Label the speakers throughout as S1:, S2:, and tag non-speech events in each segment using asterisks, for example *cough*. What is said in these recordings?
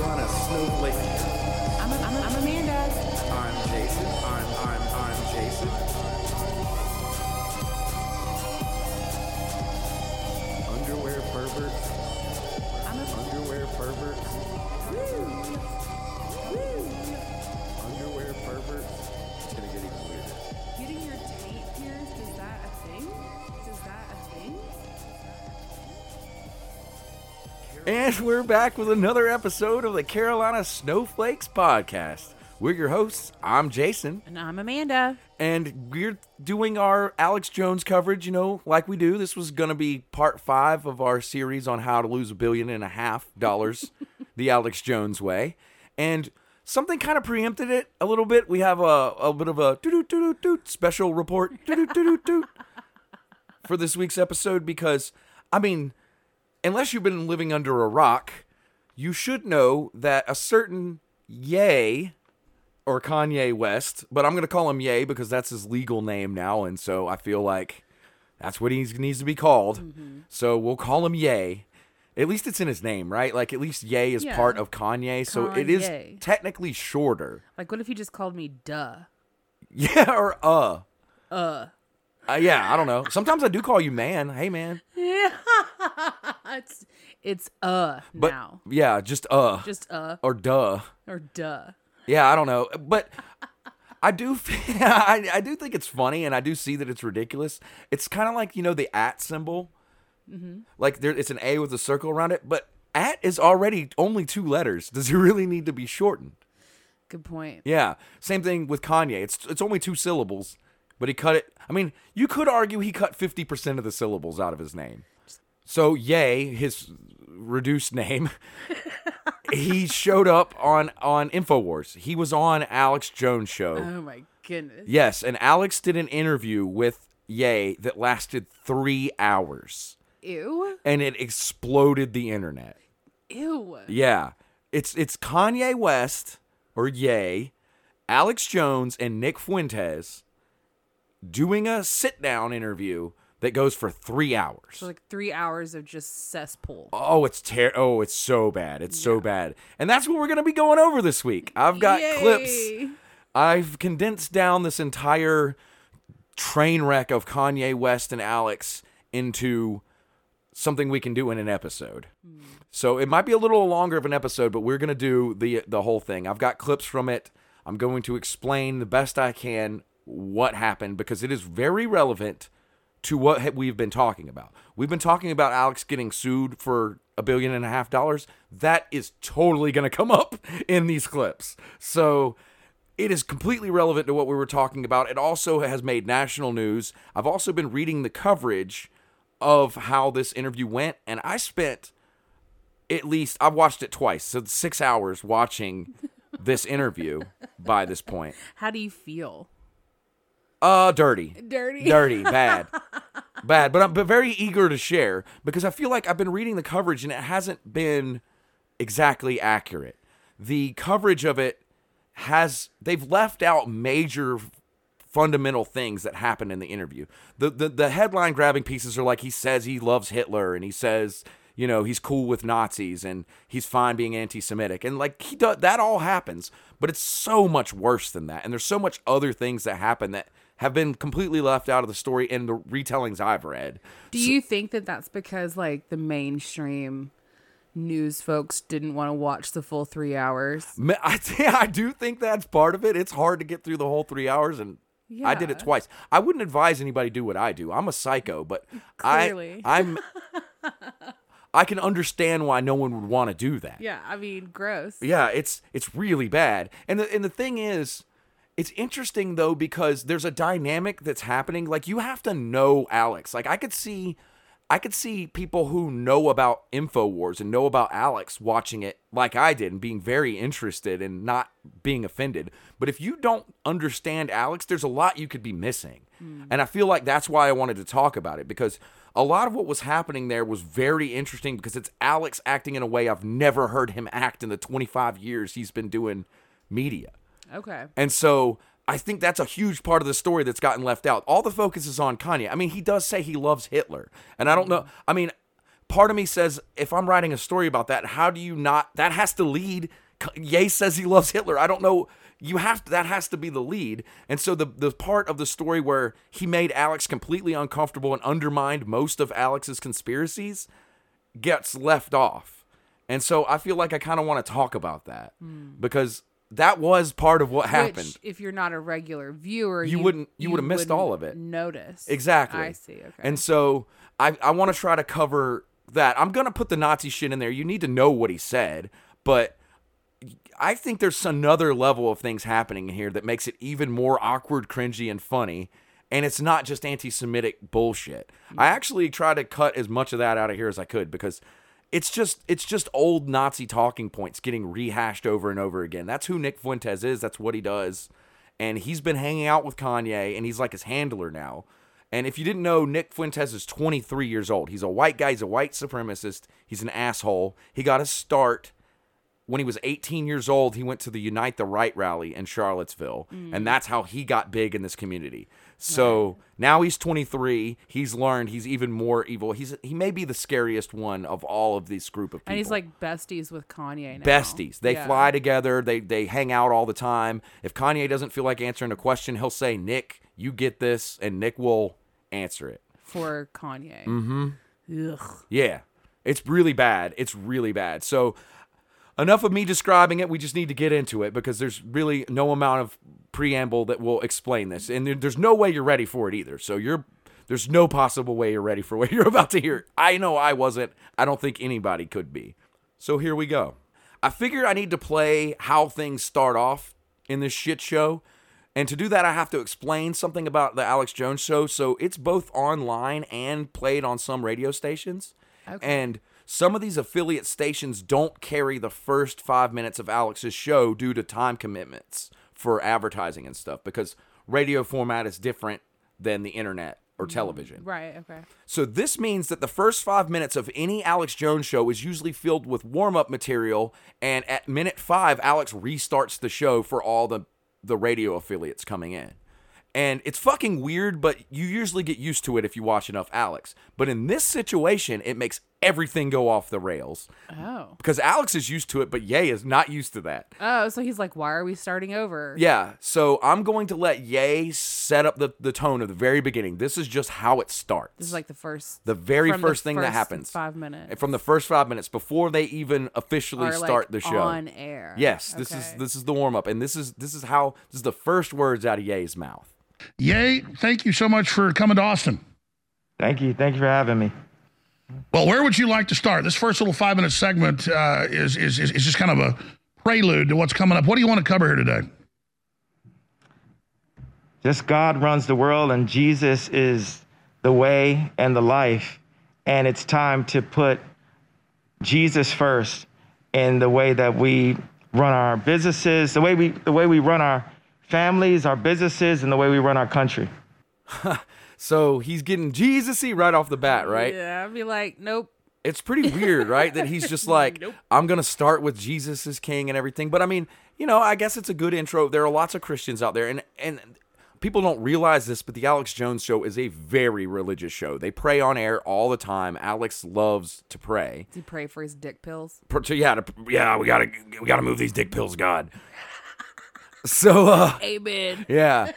S1: move late.
S2: I'm, a, I'm, a, I'm Amanda.
S1: I'm Jason. I'm I'm I'm Jason. Underwear perverts.
S2: I'm a,
S1: Underwear perverts. Underwear perverts. It's gonna get even weirder.
S2: getting your tape pierced, is that a thing? Is that a thing?
S3: And we're back with another episode of the Carolina Snowflakes podcast. We're your hosts. I'm Jason,
S2: And I'm Amanda.
S3: and we're doing our Alex Jones coverage, you know, like we do. This was going to be part five of our series on how to lose a billion and a half dollars *laughs* the Alex Jones way. And something kind of preempted it a little bit. We have a, a bit of a doot doot doot doot special report doot doot doot doot for this week's episode because, I mean, unless you've been living under a rock, you should know that a certain Yay or Kanye West, but I'm going to call him Yay because that's his legal name now. And so I feel like that's what he needs to be called. So we'll call him Yay. At least it's in his name, right? Like at least Yay is
S2: Yeah.
S3: part of Kanye. So it is
S2: Kanye.
S3: technically shorter. *laughs*
S2: Like, what if you just called me duh? *laughs*
S3: Yeah, or uh. Uh. yeah, I don't know. Sometimes I do call you man. Hey, man.
S2: it's, it's uh
S3: But
S2: now.
S3: yeah, just uh.
S2: Just uh
S3: or duh.
S2: or duh.
S3: Yeah, I don't know, but I do. *laughs* f- I, I do think it's funny, and I do see that it's ridiculous. It's kind of like you know the at symbol,
S2: Mm-hmm.
S3: like there it's an A with a circle around it, but at is already only two letters. Does it really need to be shortened?
S2: Good point.
S3: Yeah, same thing with Kanye. It's it's only two syllables, but he cut it. I mean, you could argue he cut fifty percent of the syllables out of his name. So yay, his reduced name. *laughs* he showed up on on Infowars. He was on Alex Jones' show.
S2: Oh my goodness.
S3: yes, and Alex did an interview with Yay that lasted three hours,
S2: Ew.
S3: and it exploded the internet.
S2: Ew.
S3: Yeah. It's it's Kanye West or Ye, Alex Jones and Nick Fuentes doing a sit down interview that goes for 3 hours.
S2: So like three hours of just cesspool.
S3: Oh, it's ter- oh, it's so bad. It's so bad. And that's what we're going to be going over this week. I've got clips.
S2: Yay.
S3: I've condensed down this entire train wreck of Kanye West and Alex into something we can do in an episode. So it might be a little longer of an episode, but we're gonna do the the whole thing. I've got clips from it. I'm going to explain the best I can what happened because it is very relevant to what ha- we've been talking about. We've been talking about Alex getting sued for a billion and a half dollars. That is totally going to come up *laughs* in these clips. So it is completely relevant to what we were talking about. It also has made national news. I've also been reading the coverage of how this interview went, and I spent at least I've watched it twice, so six hours watching this interview by this point.
S2: How do you feel?
S3: Uh, dirty
S2: Dirty. *laughs*
S3: dirty, bad, bad. But I'm but very eager to share because I feel like I've been reading the coverage and it hasn't been exactly accurate. The coverage of it has they've left out major fundamental things that happened in the interview. The the, the headline grabbing pieces are like he says he loves Hitler and he says you know he's cool with Nazis and he's fine being anti-Semitic and like he does, that all happens, but it's so much worse than that. And there's so much other things that happen that have been completely left out of the story in the retellings I've read.
S2: Do you think that that's because like the mainstream news folks didn't want to watch the full three hours?
S3: Ma- *laughs* I, th- I do think that's part of it. It's hard to get through the whole three hours, and I did it
S2: Yeah.
S3: twice. I wouldn't advise anybody do what I do. I'm a psycho, but
S2: Clearly.
S3: I, *laughs* I'm. I can understand why no one would want to do that.
S2: Yeah, I mean, gross.
S3: Yeah, it's it's really bad. And the and the thing is, it's interesting though because there's a dynamic that's happening. Like you have to know Alex. Like I could see I could see people who know about InfoWars and know about Alex watching it like I did and being very interested and not being offended. But if you don't understand Alex, there's a lot you could be missing. And I feel like that's why I wanted to talk about it because a lot of what was happening there was very interesting because it's Alex acting in a way I've never heard him act in the 25 years he's been doing media.
S2: Okay.
S3: And so I think that's a huge part of the story that's gotten left out. All the focus is on Kanye. I mean, he does say he loves Hitler. And I don't know. I mean, part of me says if I'm writing a story about that, how do you not? That has to lead K- Ye says he loves Hitler. I don't know. You have to, that has to be the lead. And so the the part of the story where he made Alex completely uncomfortable and undermined most of Alex's conspiracies gets left off. And so I feel like I kind of want to talk about that because that was part of what happened.
S2: Which, if you're not a regular viewer,
S3: You wouldn't- you would've missed all
S2: wouldn't
S3: of it.
S2: Notice
S3: Exactly.
S2: I see. Okay.
S3: And so I, I want to try to cover that. I'm going to put the Nazi shit in there. You need to know what he said, but I think there's another level of things happening in here that makes it even more awkward, cringy, and funny. And it's not just anti Semitic bullshit. I actually tried to cut as much of that out of here as I could because it's just it's just old Nazi talking points getting rehashed over and over again. That's who Nick Fuentes is, that's what he does. And he's been hanging out with Kanye and he's like his handler now. And if you didn't know, Nick Fuentes is 23 years old. He's a white guy, he's a white supremacist, he's an asshole. He got his start when he was 18 years old, he went to the Unite the Right rally in Charlottesville,
S2: Mm.
S3: and that's how he got big in this community. So now he's 23. He's learned. He's even more evil. He's he may be the scariest one of all of this group of people.
S2: And he's like besties with Kanye now.
S3: besties. They
S2: Yeah.
S3: fly together. They they hang out all the time. If Kanye doesn't feel like answering a question, he'll say, "Nick, you get this," and Nick will answer it.
S2: for Kanye. Mm-hmm. Ugh.
S3: Yeah. It's really bad. It's really bad. So enough of me describing it. We just need to get into it because there's really no amount of preamble that will explain this. And there- there's no way you're ready for it either. So you're there's no possible way you're ready for what *laughs* you're about to hear. I know I wasn't. I don't think anybody could be. So here we go. I figured I need to play how things start off in this shit show. And to do that, I have to explain something about the Alex Jones show. So it's both online and played on some radio stations. And some of these affiliate stations don't carry the first five minutes of Alex's show due to time commitments for advertising and stuff because radio format is different than the internet or television.
S2: Right. Okay.
S3: So this means that the first five minutes of any Alex Jones show is usually filled with warm-up material, and at minute five, Alex restarts the show for all the the radio affiliates coming in. And it's fucking weird, but you usually get used to it if you watch enough Alex. But in this situation, it makes everything go off the rails
S2: Oh.
S3: because Alex is used to it, but Ye is not used to that.
S2: Oh, so he's like, why are we starting over?
S3: Yeah, so I'm going to let Ye set up the, the tone of the very beginning. This is just how it starts.
S2: This is like the first.
S3: the very
S2: from the
S3: first thing that
S2: first
S3: happens
S2: Five minutes.
S3: And from the first five minutes before they even officially
S2: Are, like,
S3: start the show.
S2: on air.
S3: Yes, this is
S2: Okay.
S3: this is the warm up, and this is this is how this is the first words out of Ye's mouth.
S4: Yay, thank you so much for coming to Austin.
S5: Thank you. Thank you for having me.
S4: Well, where would you like to start? This first little five minute segment uh, is, is, is, is just kind of a prelude to what's coming up. What do you want to cover here today?
S5: Just God runs the world, and Jesus is the way and the life. And it's time to put Jesus first in the way that we run our businesses, the way we the way we run our families, our businesses, and the way we run our country.
S3: So he's getting Jesus-y right off the bat, right?
S2: Yeah. I'd be like, nope.
S3: It's pretty weird, right? That
S2: *laughs*
S3: he's just like, I'm gonna start with Jesus is king and everything. But I mean, you know, I guess it's a good intro. There are lots of Christians out there, and and people don't realize this, but the Alex Jones show is a very religious show. They pray on air all the time. Alex loves to pray.
S2: Does he pray for his dick pills?
S3: per- to- yeah, to, yeah, we gotta we gotta move these dick pills, God. So uh,
S2: Amen.
S3: yeah,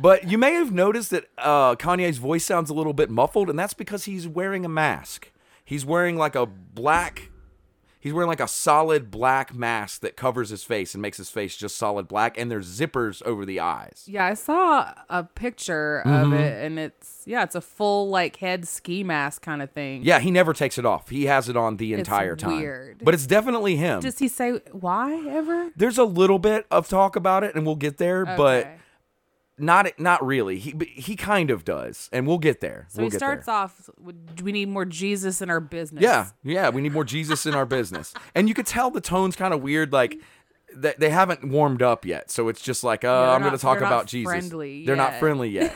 S3: but you may have noticed that uh, Kanye's voice sounds a little bit muffled, and that's because he's wearing a mask. He's wearing like a black. He's wearing like a solid black mask that covers his face and makes his face just solid black, and there's zippers over the eyes.
S2: Yeah, I saw a picture
S3: Mm-hmm.
S2: of it, and it's yeah, it's a full like head ski mask kind of thing.
S3: Yeah, he never takes it off. He has it on the entire time.
S2: weird.
S3: But it's definitely him.
S2: Does he say why ever?
S3: there's a little bit of talk about it, and we'll get there. But
S2: Okay.
S3: not not really. He but he kind of does, and we'll get there.
S2: so
S3: we'll
S2: he
S3: get
S2: starts
S3: there.
S2: off. with, Do we need more Jesus in our business?
S3: Yeah, yeah. We need more Jesus in our business, *laughs* and you could tell the tone's kind of weird. Like they, they haven't warmed up yet, so it's just like, oh,
S2: they're
S3: I'm
S2: not-
S3: going to talk
S2: they're not
S3: about Jesus.
S2: friendly
S3: they're not
S2: yet.
S3: friendly yet.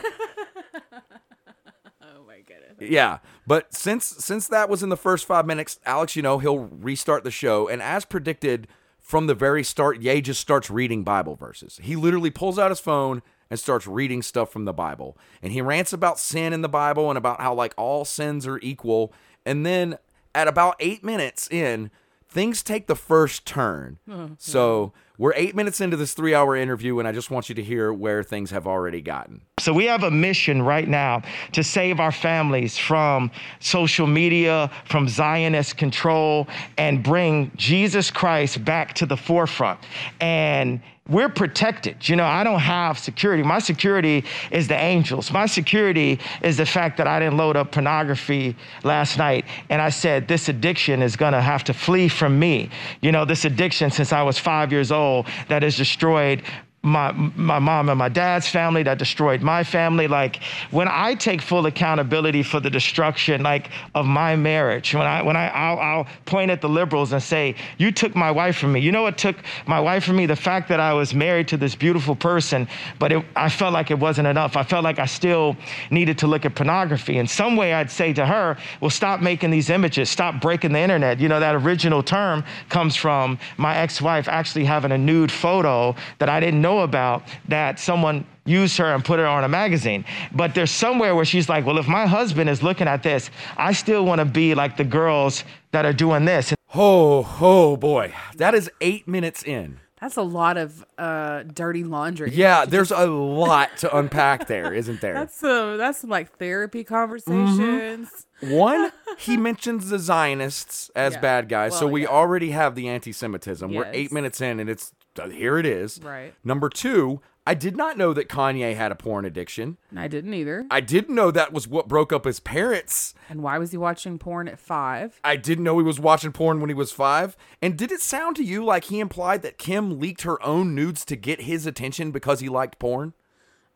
S2: Oh my goodness.
S3: yeah, but since since that was in the first five minutes, Alex, you know, he'll restart the show, and as predicted from the very start, Ye just starts reading Bible verses. He literally pulls out his phone and starts reading stuff from the Bible, and he rants about sin in the Bible and about how like all sins are equal, and then at about eight minutes in. things take the first turn. so we're eight minutes into this three hour interview, and I just want you to hear where things have already gotten.
S5: So we have a mission right now to save our families from social media, from Zionist control, and bring Jesus Christ back to the forefront. And we're protected. You know, I don't have security. My security is the angels. My security is the fact that I didn't load up pornography last night. And I said, this addiction is going to have to flee from me. You know, this addiction since I was five years old that has destroyed my my mom and my dad's family that destroyed my family like when i take full accountability for the destruction like of my marriage when i when i I'll, I'll point at the liberals and say you took my wife from me you know what took my wife from me the fact that i was married to this beautiful person but it, i felt like it wasn't enough i felt like i still needed to look at pornography in some way i'd say to her well stop making these images stop breaking the internet you know that original term comes from my ex-wife actually having a nude photo that i didn't know know about that someone used her and put her on a magazine. But there's somewhere where she's like, well, if my husband is looking at this, I still want to be like the girls that are doing this.
S3: Oh, oh boy. That is eight minutes in.
S2: That's a lot of uh, dirty laundry.
S3: Yeah, there's a lot to unpack there, isn't there?
S2: That's some, that's some, like therapy
S3: Mm-hmm.
S2: conversations.
S3: One, he mentions the Zionists as
S2: Yeah.
S3: bad guys, so
S2: Well,
S3: we
S2: yeah.
S3: already have the anti-Semitism. We're eight
S2: Yes.
S3: minutes in, and it's uh, here it is.
S2: Right.
S3: Number two, I did not know that Kanye had a porn addiction.
S2: And I didn't either.
S3: I didn't know that was what broke up his parents.
S2: And why was he watching porn at five?
S3: I didn't know he was watching porn when he was five. And did it sound to you like he implied that Kim leaked her own nudes to get his attention because he liked porn?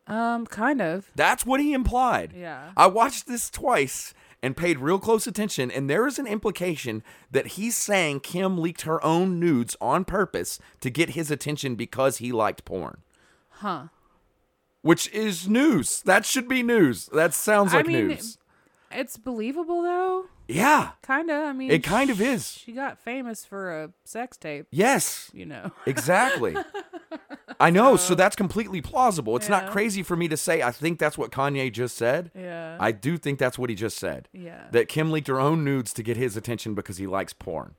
S2: Um, kind of.
S3: That's what he implied.
S2: Yeah.
S3: I watched this twice and paid real close attention, and there is an implication that he's saying Kim leaked her own nudes on purpose to get his attention because he liked porn.
S2: Huh.
S3: Which is news. That should be news. That sounds
S2: I
S3: like
S2: mean,
S3: news.
S2: It's believable though.
S3: Yeah.
S2: Kinda. I mean
S3: It kind of is.
S2: She got famous for a sex tape,
S3: Yes.
S2: you know. *laughs*
S3: Exactly. I know, so that's completely plausible. It's not crazy for me to say I think that's what Kanye just said.
S2: Yeah.
S3: I do think that's what he just said.
S2: Yeah.
S3: That Kim leaked her own nudes to get his attention because he likes porn.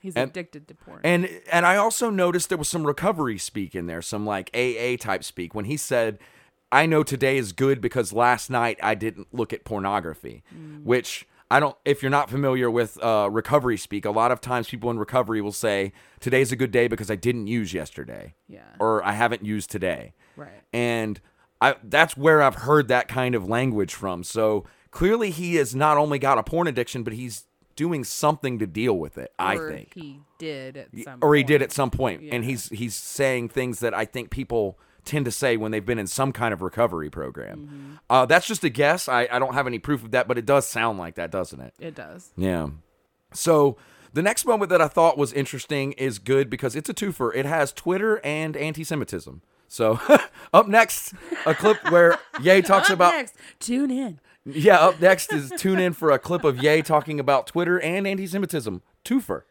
S2: He's
S3: And-
S2: addicted to porn.
S3: And and I also noticed there was some recovery speak in there, some like AA type speak when he said, "I know today is good because last night I didn't look at pornography,"
S2: Mm.
S3: which I don't. If you're not familiar with uh, recovery speak, a lot of times people in recovery will say, "Today's a good day because I didn't use yesterday,"
S2: Yeah.
S3: or "I haven't used today,"
S2: Right.
S3: and I that's where I've heard that kind of language from. So clearly, he has not only got a porn addiction, but he's doing something to deal with it. I
S2: or
S3: think
S2: he did at some
S3: or he
S2: point.
S3: did at some point and he's he's saying things that i think people tend to say when they've been in some kind of recovery program
S2: Mm-hmm.
S3: uh, that's just a guess I, I don't have any proof of that but it does sound like that doesn't it
S2: It does.
S3: yeah so the next moment that i thought was interesting is good because it's a twofer it has twitter and anti-semitism so *laughs* up next a clip where
S2: *laughs*
S3: Ye talks about
S2: Next, tune in.
S3: yeah up next is tune in for a clip of Ye talking about twitter and anti-semitism twofer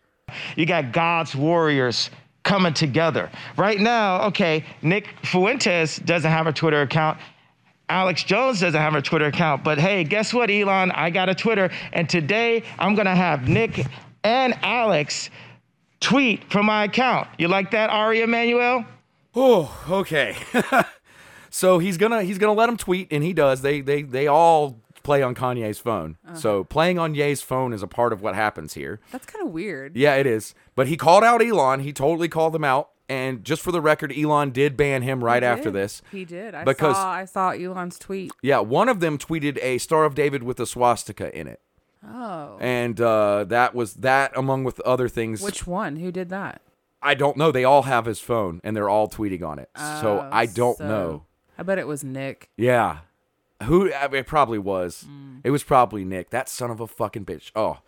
S5: You got God's warriors coming together. Right now, okay, Nick Fuentes doesn't have a Twitter account. Alex Jones doesn't have a Twitter account, but hey, guess what, Elon? I got a Twitter, and today I'm gonna have Nick and Alex tweet from my account. You like that, Ari Emanuel?
S3: Oh, okay. *laughs* so he's gonna he's gonna let him tweet, and he does. They they they all play on Kanye's phone.
S2: Uh-huh.
S3: So playing on Ye's phone is a part of what happens here.
S2: That's kind of weird.
S3: Yeah, it is. But he called out Elon. He totally called them out. And just for the record, Elon did ban him right
S2: He
S3: after
S2: did.
S3: this.
S2: He did. I
S3: because-
S2: saw I saw Elon's tweet.
S3: Yeah, one of them tweeted a Star of David with a swastika in it,
S2: Oh.
S3: and uh, that was that among with other things.
S2: Which one? Who did that?
S3: I don't know. They all have his phone, and they're all tweeting on it. so
S2: Oh,
S3: I don't
S2: so-
S3: know.
S2: I bet it was Nick.
S3: Yeah. Who I mean, it probably was. It was probably Nick. That son of a fucking bitch. Oh.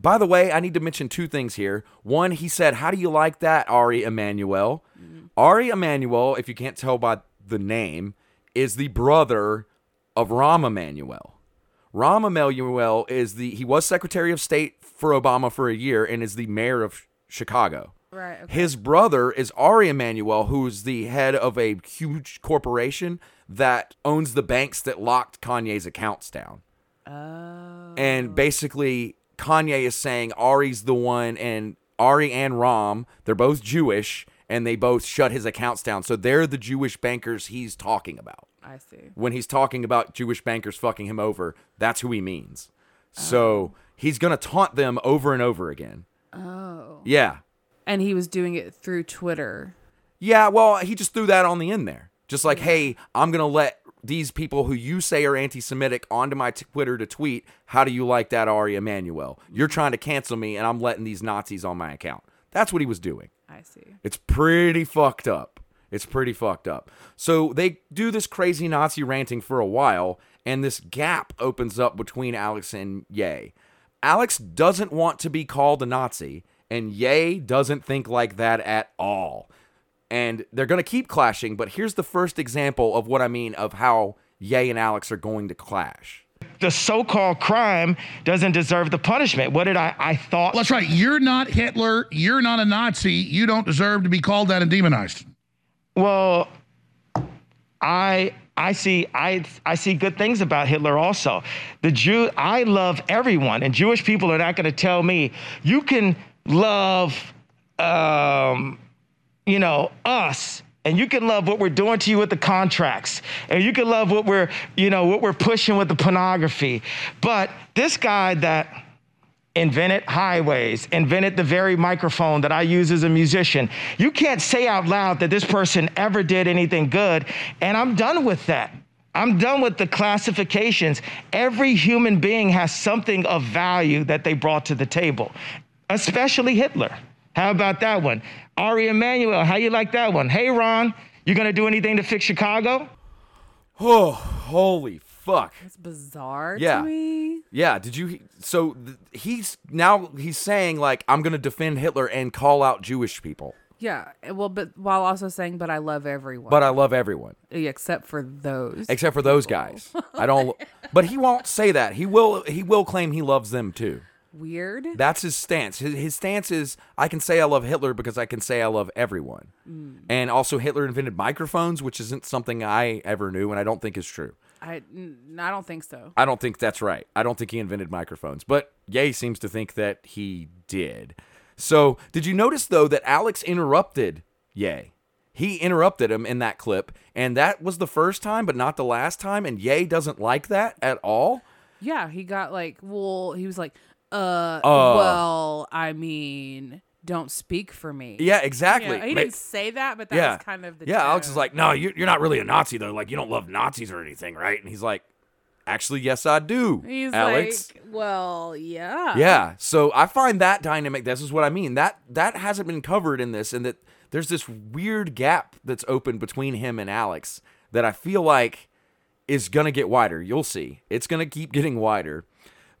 S3: By the way, I need to mention two things here. One, he said, "How do you like that, Ari Emanuel?" Ari Emanuel, if you can't tell by the name, is the brother of Rahm Emanuel. Rahm Emanuel is the he was Secretary of State for Obama for a year and is the mayor of Chicago.
S2: Right. Okay.
S3: His brother is Ari Emanuel, who's the head of a huge corporation that owns the banks that locked Kanye's accounts down.
S2: Oh.
S3: And basically, Kanye is saying Ari's the one, and Ari and Ram, they're both Jewish and they both shut his accounts down. So they're the Jewish bankers he's talking about.
S2: I see.
S3: When he's talking about Jewish bankers fucking him over, that's who he means. So he's going to taunt them over and over again.
S2: Oh.
S3: Yeah.
S2: And he was doing it through Twitter.
S3: Yeah, well, he just threw that on the end there. Just like, hey, I'm going to let these people who you say are anti Semitic onto my Twitter to tweet, how do you like that, Ari Emanuel? You're trying to cancel me, and I'm letting these Nazis on my account. That's what he was doing.
S2: I see.
S3: It's pretty fucked up. It's pretty fucked up. So they do this crazy Nazi ranting for a while, and this gap opens up between Alex and Ye. Alex doesn't want to be called a Nazi, and Ye doesn't think like that at all. And they're going to keep clashing, but here's the first example of what I mean of how Ye and Alex are going to clash. *sighs*
S5: The so-called crime doesn't deserve the punishment. What did I? I thought
S4: Well, that's right. You're not Hitler. You're not a Nazi. You don't deserve to be called that and demonized. *laughs*
S5: Well, I I see I I see good things about Hitler also. The Jew I love everyone, and Jewish people are not going to tell me you can love um, you know us. And you can love what we're doing to you with the contracts, and you can love what we're, you know, what we're pushing with the pornography. But this guy that invented highways, invented the very microphone that I use as a musician. You can't say out loud that this person ever did anything good, and I'm done with that. I'm done with the classifications. Every human being has something of value that they brought to the table, especially Hitler. How about that one? Ari Emanuel, how you like that one? Hey Ron, you gonna do anything to fix Chicago?
S3: Oh, holy fuck.
S2: It's bizarre
S3: Yeah.
S2: to me.
S3: Yeah, did you so th- he's now he's saying like I'm going to defend Hitler and call out Jewish people.
S2: Yeah. Well, but while also saying, but I love everyone.
S3: but I love everyone
S2: except for those.
S3: except for those guys. I don't. But he won't say that. He will. He will claim he loves them too.
S2: Weird.
S3: That's his stance. His, his stance is I can say I love Hitler because I can say I love everyone. And also Hitler invented microphones, which isn't something I ever knew, and I don't think is true.
S2: I, n- I don't think so.
S3: I don't think that's right. I don't think he invented microphones, but Ye seems to think that he did. So, did you notice though that Alex interrupted Ye? He interrupted him in that clip, and that was the first time, but not the last time. And Ye doesn't like that at all.
S2: Yeah, he got like, well, he was like, uh,
S3: Uh.
S2: well, I mean, don't speak for me.
S3: Yeah,
S2: Yeah,
S3: exactly.
S2: he
S3: Ma-
S2: didn't say that, but that
S3: yeah,
S2: was kind of the
S3: yeah. Alex is
S2: tone.
S3: like, no, you, you're not really a Nazi though. Like, you don't love Nazis or anything, right? And he's like, actually, yes, I do.
S2: he's
S3: Alex.
S2: like, well, yeah,
S3: yeah so i find that dynamic this is what i mean that that hasn't been covered in this and that there's this weird gap that's open between him and alex that i feel like is gonna get wider you'll see it's gonna keep getting wider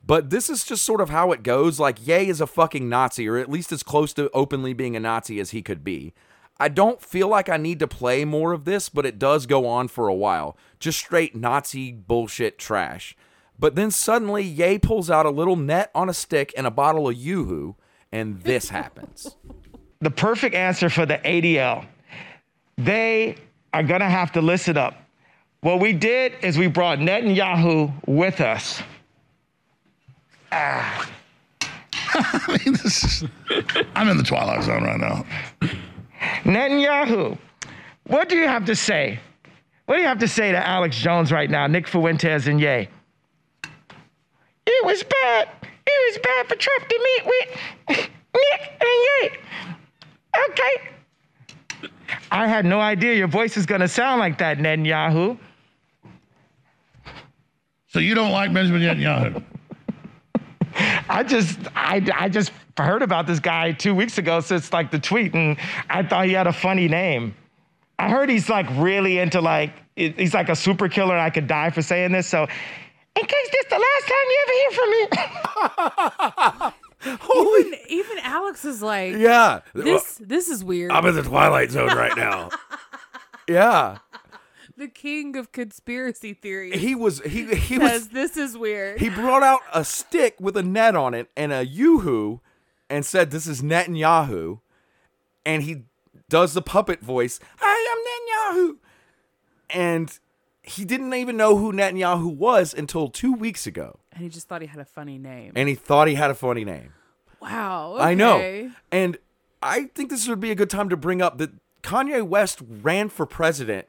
S3: but this is just sort of how it goes like yay is a fucking nazi or at least as close to openly being a nazi as he could be i don't feel like i need to play more of this but it does go on for a while just straight nazi bullshit trash but then suddenly, Ye pulls out a little net on a stick and a bottle of Yoo-Hoo, and this
S2: *laughs*
S3: happens.
S5: the perfect answer for the ADL. They are going to have to listen up. What we did is we brought Netanyahu with us.
S4: I mean, this is, I'm in the twilight zone right now.
S5: Netanyahu, what do you have to say? What do you have to say to Alex Jones right now, Nick Fuentes, and Ye? It was bad. It was bad for Trump to meet with *laughs* Nick and Ye. Okay. I had no idea your voice is going to sound like that, Netanyahu.
S4: So you don't like Benjamin Netanyahu?
S5: I just I, I just heard about this guy two weeks ago since like the tweet, and I thought he had a funny name. I heard he's like really into like he- he's like a super killer, and I could die for saying this. So, in case this the last time you ever hear from me, *laughs*
S2: Even, even Alex is like,
S3: *laughs* Yeah.
S2: this this is weird.
S3: in the Twilight Zone right
S2: *laughs*
S3: now. yeah.
S2: the king of conspiracy theories
S3: He was, he, he
S2: says
S3: was,
S2: this is weird.
S3: he brought out a stick with a net on it and a Yoo-Hoo and said, this is Netanyahu. And he does the puppet voice, I am Netanyahu. And he didn't even know who Netanyahu was until two weeks ago.
S2: and he just thought he had a funny name.
S3: And he thought he had a funny name.
S2: Wow.
S3: I know.
S2: okay.
S3: And I think this would be a good time to bring up that Kanye West ran for president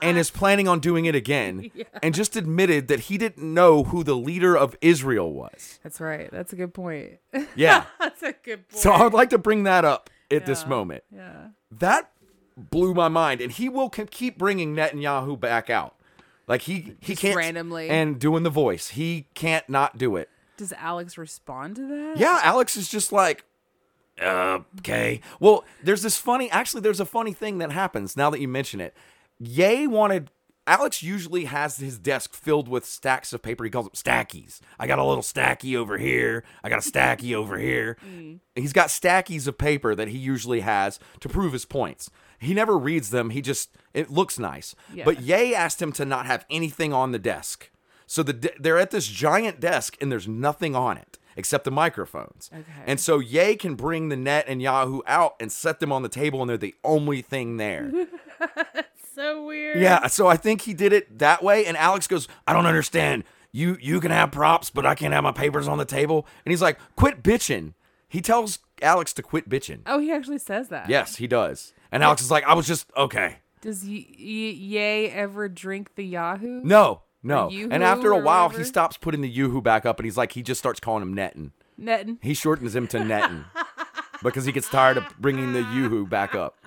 S3: and is planning on doing it again and just admitted that he didn't know who the leader of Israel was.
S2: That's right. That's a good point. *laughs*
S3: Yeah.
S2: That's a good point.
S3: so I would like to bring that up at this moment.
S2: yeah.
S3: That blew my mind and he will c- keep bringing Netanyahu back out. Like he he can't
S2: randomly.
S3: and doing the voice. He can't not do it.
S2: Does Alex respond to that?
S3: Yeah, Alex is just like, uh, okay. Well, there's this funny. Actually, there's a funny thing that happens now that you mention it. Ye wanted. Alex usually has his desk filled with stacks of paper. He calls them stackies. I got a little stacky over here. I got a stacky over here. He's got stackies of paper that he usually has to prove his points. He never reads them. He just it looks nice.
S2: Yeah.
S3: But Ye asked him to not have anything on the desk. So the de- they're at this giant desk and there's nothing on it except the microphones.
S2: Okay.
S3: And so Ye can bring the net and Yahoo out and set them on the table and they're the only
S2: *laughs*
S3: thing there.
S2: So weird.
S3: yeah, so I think he did it that way and Alex goes, "I don't understand. You you can have props, but I can't have my papers on the table." And he's like, "Quit bitching." He tells Alex to quit bitching.
S2: Oh, he actually says that.
S3: Yes, he does. And Alex is like, "I was just okay."
S2: Does y- y- Yay ever drink the Yahoo?
S3: No, no.
S2: The
S3: And
S2: Yoo-hoo
S3: after a
S2: or
S3: while, he
S2: whatever?
S3: stops putting the yoo-hoo back up, and he's like, he just starts calling him Nettin.
S2: Nettin.
S3: He shortens him
S2: *laughs*
S3: to Nettin because he gets tired of bringing the yoo-hoo back up.
S2: *laughs*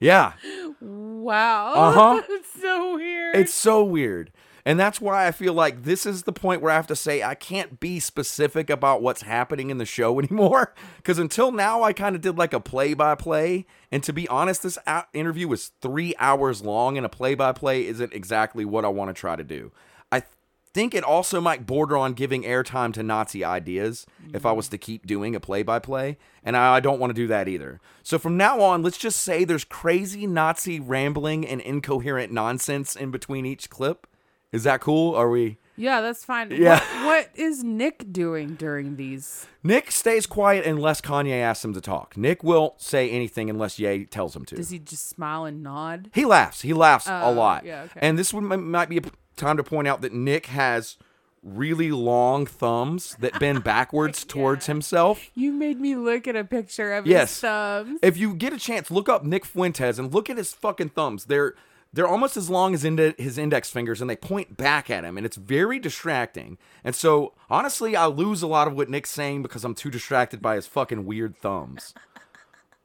S3: Yeah,
S2: Wow. *laughs*
S3: Uh-huh.
S2: it's so weird.
S3: it's so weird. And that's why I feel like this is the point where I have to say I can't be specific about what's happening in the show *laughs* anymore. Because until now, I kind of did like a play by play. And to be honest, this ou- interview was three hours long, and a play by play isn't exactly what I want to try to do. I th- think it also might border on giving airtime to Nazi ideas if I was to keep doing a play by play. And I, I don't want to do that either. So from now on, let's just say there's crazy Nazi rambling and incoherent nonsense in between each clip. Is that cool? Are we.
S2: yeah, that's fine.
S3: Yeah.
S2: What, what is Nick doing during these?
S3: Nick stays quiet unless Kanye asks him to talk. Nick will say anything unless Ye tells him to.
S2: Does he just smile and nod?
S3: He laughs. He laughs a
S2: Oh,
S3: lot.
S2: yeah, okay.
S3: And this would, m- might be a p- time to point out that Nick has really long thumbs
S2: *laughs*
S3: that bend backwards towards himself.
S2: You made me look at a picture of
S3: Yes.
S2: his thumbs.
S3: If you get a chance, look up Nick Fuentes and look at his fucking thumbs. They're they're almost as long as inde- his index fingers, and they point back at him, and it's very distracting. And so, honestly, I lose a lot of what Nick's saying because I'm too distracted by his fucking weird thumbs.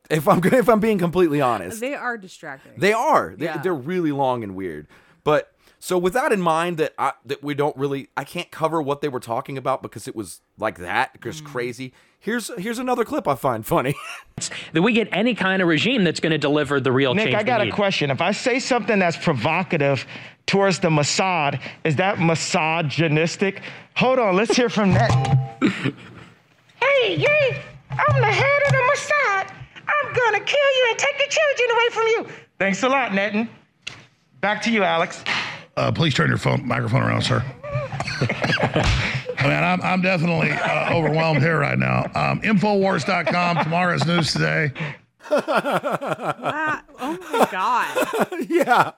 S3: if I'm if I'm being completely honest,
S2: They are distracting.
S3: They are. They,
S2: Yeah.
S3: They're really long and weird. But so with that in mind, that I, that we don't really, I can't cover what they were talking about because it was like that, because
S2: Mm.
S3: crazy. Here's here's another clip I find funny. *laughs*
S6: that we get any kind of regime that's going to deliver the real
S5: Nick,
S6: change.
S5: I got
S6: we
S5: a
S6: need.
S5: question. If I say something that's provocative towards the Mossad, is that misogynistic? Hold on, let's hear from that.
S7: *laughs* Hey, yay! I'm the head of the Mossad. I'm gonna kill you and take your children away from you.
S5: Thanks a lot, Netton. Back to you, Alex.
S4: Uh, please turn your phone microphone around, sir. *laughs* I mean, I'm, I'm definitely uh, overwhelmed here right now. Um, Infowars.com, tomorrow's news today.
S2: Ah, oh my god!
S3: *laughs* yeah,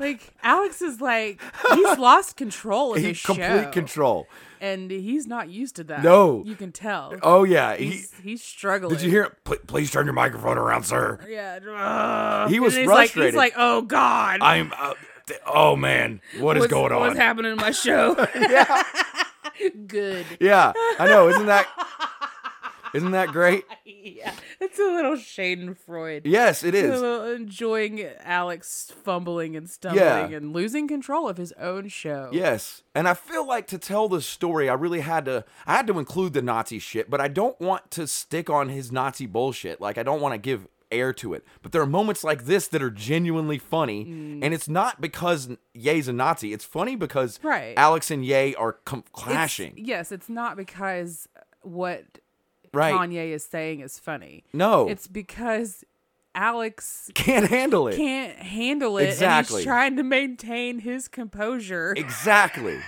S2: Like Alex is like
S3: *laughs*
S2: he's lost control of
S3: he
S2: his show,
S3: complete control.
S2: and he's not used to that.
S3: No.
S2: you can tell.
S3: Oh yeah. He,
S2: he's, he's struggling.
S3: did you hear? it? Pl- please turn your microphone around, sir.
S2: Yeah, ugh.
S3: He was
S2: and he's
S3: frustrated.
S2: Like, he's like, oh god,
S3: I'm. Uh, th- oh man, what is
S2: what's,
S3: going
S2: What's
S3: on?
S2: happening in my show?
S3: *laughs*
S2: *laughs* Good.
S3: yeah, I know.
S2: *laughs*
S3: Isn't that? Isn't that great?
S2: Yeah, it's a little Schadenfreude.
S3: Yes, it
S2: It's
S3: is.
S2: a little enjoying Alex fumbling and stumbling and losing control of his own show.
S3: Yes. And I feel like to tell the story, I really had to I had to include the Nazi shit, but I don't want to stick on his Nazi bullshit. Like I don't want to give air to it. But there are moments like this that are genuinely funny,
S2: Mm.
S3: and it's not because Ye's a Nazi. It's funny because
S2: Right.
S3: Alex and Ye are com-
S2: It's-
S3: clashing.
S2: yes, it's not because what
S3: right.
S2: Kanye is saying is funny.
S3: No.
S2: It's because Alex
S3: can't handle it.
S2: can't handle it and
S3: Exactly.
S2: he's trying to maintain his composure
S3: Exactly.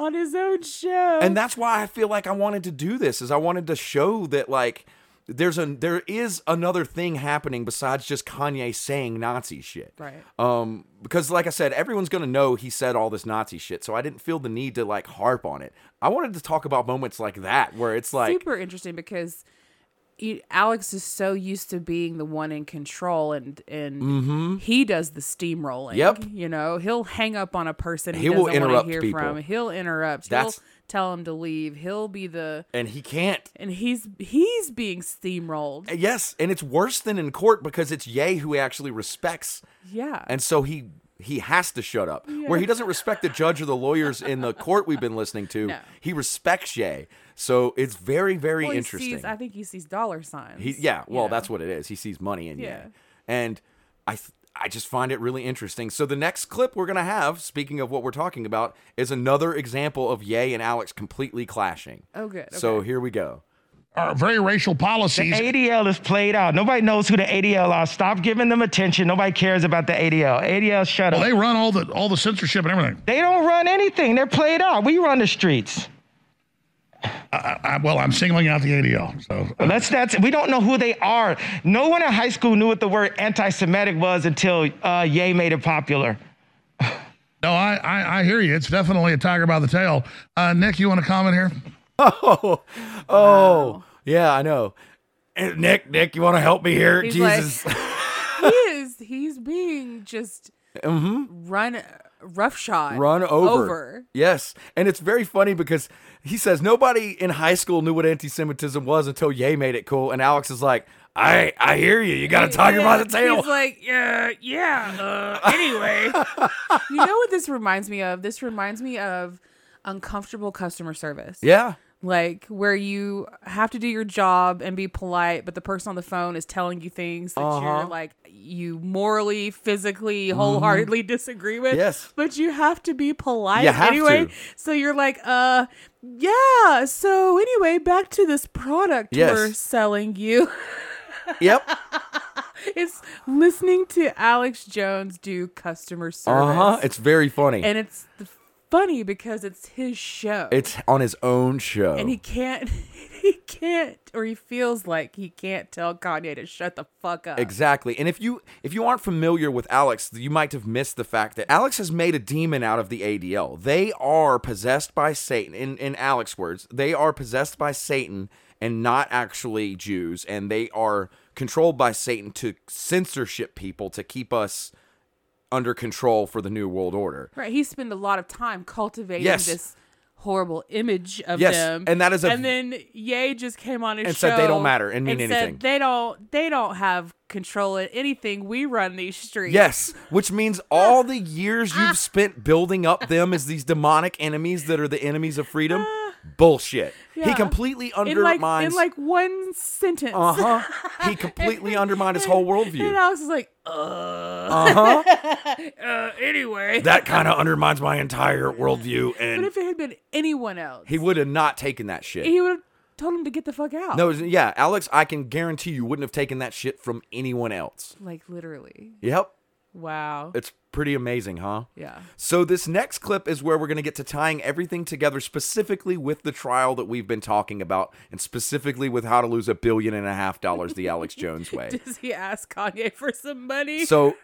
S2: on his own show.
S3: and that's why I feel like I wanted to do this is I wanted to show that like there's a there is another thing happening besides just Kanye saying Nazi shit.
S2: Right.
S3: Um because like I said everyone's going to know he said all this Nazi shit. So I didn't feel the need to like harp on it. I wanted to talk about moments like that where it's like
S2: super interesting because you, Alex is so used to being the one in control, and and he does the steamrolling.
S3: Mm-hmm. Yep.
S2: you know he'll hang up on a person he,
S3: He will
S2: doesn't want
S3: interrupt
S2: to hear
S3: people.
S2: from. He'll interrupt.
S3: That's-
S2: he'll tell him to leave. He'll be the
S3: and he can't
S2: and he's he's being steamrolled.
S3: Yes, and it's worse than in court because it's Ye who actually respects,
S2: yeah,
S3: and so he he has to shut up. Where he doesn't respect the judge or the lawyers in the court we've been listening to,
S2: No.
S3: he respects Ye. So it's very very
S2: Well, he
S3: interesting.
S2: Sees, I think he sees dollar signs.
S3: He, yeah, well,
S2: know?
S3: that's what it is. He sees money in yeah.
S2: Yeah.
S3: And I th- I just find it really interesting. So the next clip we're going to have, speaking of what we're talking about, is another example of Ye and Alex completely clashing.
S2: Oh, good,
S3: So
S2: okay.
S3: here we go.
S4: Our uh, very racial policies
S5: ADL is played out. Nobody knows who the ADL are. Stop giving them attention. Nobody cares about the ADL. ADL, shut up.
S4: Well, they run all the all the censorship and everything.
S5: They don't run anything. They're played out. We run the streets.
S4: I, well, I'm singling out the ADL. So uh,
S5: Let's that's we don't know who they are. No one in high school knew what the word anti-Semitic was until uh, Ye made it popular.
S4: no, I, I I hear you. It's definitely a tiger by the tail. Uh, Nick, you want to comment here?
S3: Oh, oh, yeah, I know. Eh, Nick, Nick, you want to help me here?
S2: He's
S3: Jesus. *laughs*
S2: like, he is. He's being just run roughshod,
S3: Mm-hmm. Run over. Yes. And it's very funny because he says nobody in high school knew what anti Semitism was until Ye made it cool. And Alex is like, I I hear you. You got a tiger by the
S2: Yeah,
S3: tail.
S2: He's like, yeah, yeah. Uh, anyway, *laughs* you know what this reminds me of? This reminds me of uncomfortable customer service.
S3: yeah.
S2: Like where you have to do your job and be polite, but the person on the phone is telling you things that
S3: Uh-huh.
S2: you're like you morally, physically, wholeheartedly disagree with.
S3: Mm-hmm. Yes.
S2: But you have to be polite
S3: You have
S2: anyway.
S3: to.
S2: So you're like, uh yeah. So anyway, back to this product
S3: Yes.
S2: we're selling you. *laughs*
S3: Yep.
S2: It's listening to Alex Jones do customer service.
S3: Uh huh. It's very funny.
S2: and it's th- funny because it's his show.
S3: it's on his own show.
S2: and he can't *laughs* he can't or he feels like he can't tell Kanye to shut the fuck up.
S3: Exactly. And if you if you aren't familiar with Alex, you might have missed the fact that Alex has made a demon out of the ADL. They are possessed by Satan in in Alex's words, they are possessed by Satan and not actually Jews and they are controlled by Satan to censorship people to keep us under control for the new world order.
S2: Right. He spent a lot of time cultivating
S3: Yes.
S2: this horrible image of
S3: Yes,
S2: them.
S3: and that is a-
S2: And then Ye just came on his
S3: And
S2: show
S3: said they don't matter and
S2: and
S3: mean anything.
S2: Said they don't they don't have control in anything. We run these streets.
S3: Yes, which means all the years
S2: Ah.
S3: you've spent building up them as these demonic enemies that are the enemies of freedom, bullshit. He
S2: Ah. Yeah.
S3: completely
S2: in like
S3: undermines
S2: in like one sentence.
S3: Uh
S2: *laughs*
S3: huh. He completely undermined his whole
S2: And
S3: worldview.
S2: Alex is like, uh,
S3: Uh huh.
S2: *laughs* uh anyway.
S3: That kind of undermines my entire worldview,
S2: but
S3: and
S2: if it had been anyone else,
S3: he would have not taken that shit.
S2: he would have told him to get the fuck out.
S3: No, yeah, Alex, I can guarantee you wouldn't have taken that shit from anyone else.
S2: Like literally.
S3: Yep,
S2: Wow.
S3: it's pretty amazing, huh?
S2: Yeah. *laughs*
S3: So this next clip is where we're going to get to tying everything together specifically with the trial that we've been talking about, and specifically with how to lose a billion and a half dollars the Alex Jones way.
S2: *laughs* Does he ask Kanye for some money?
S3: So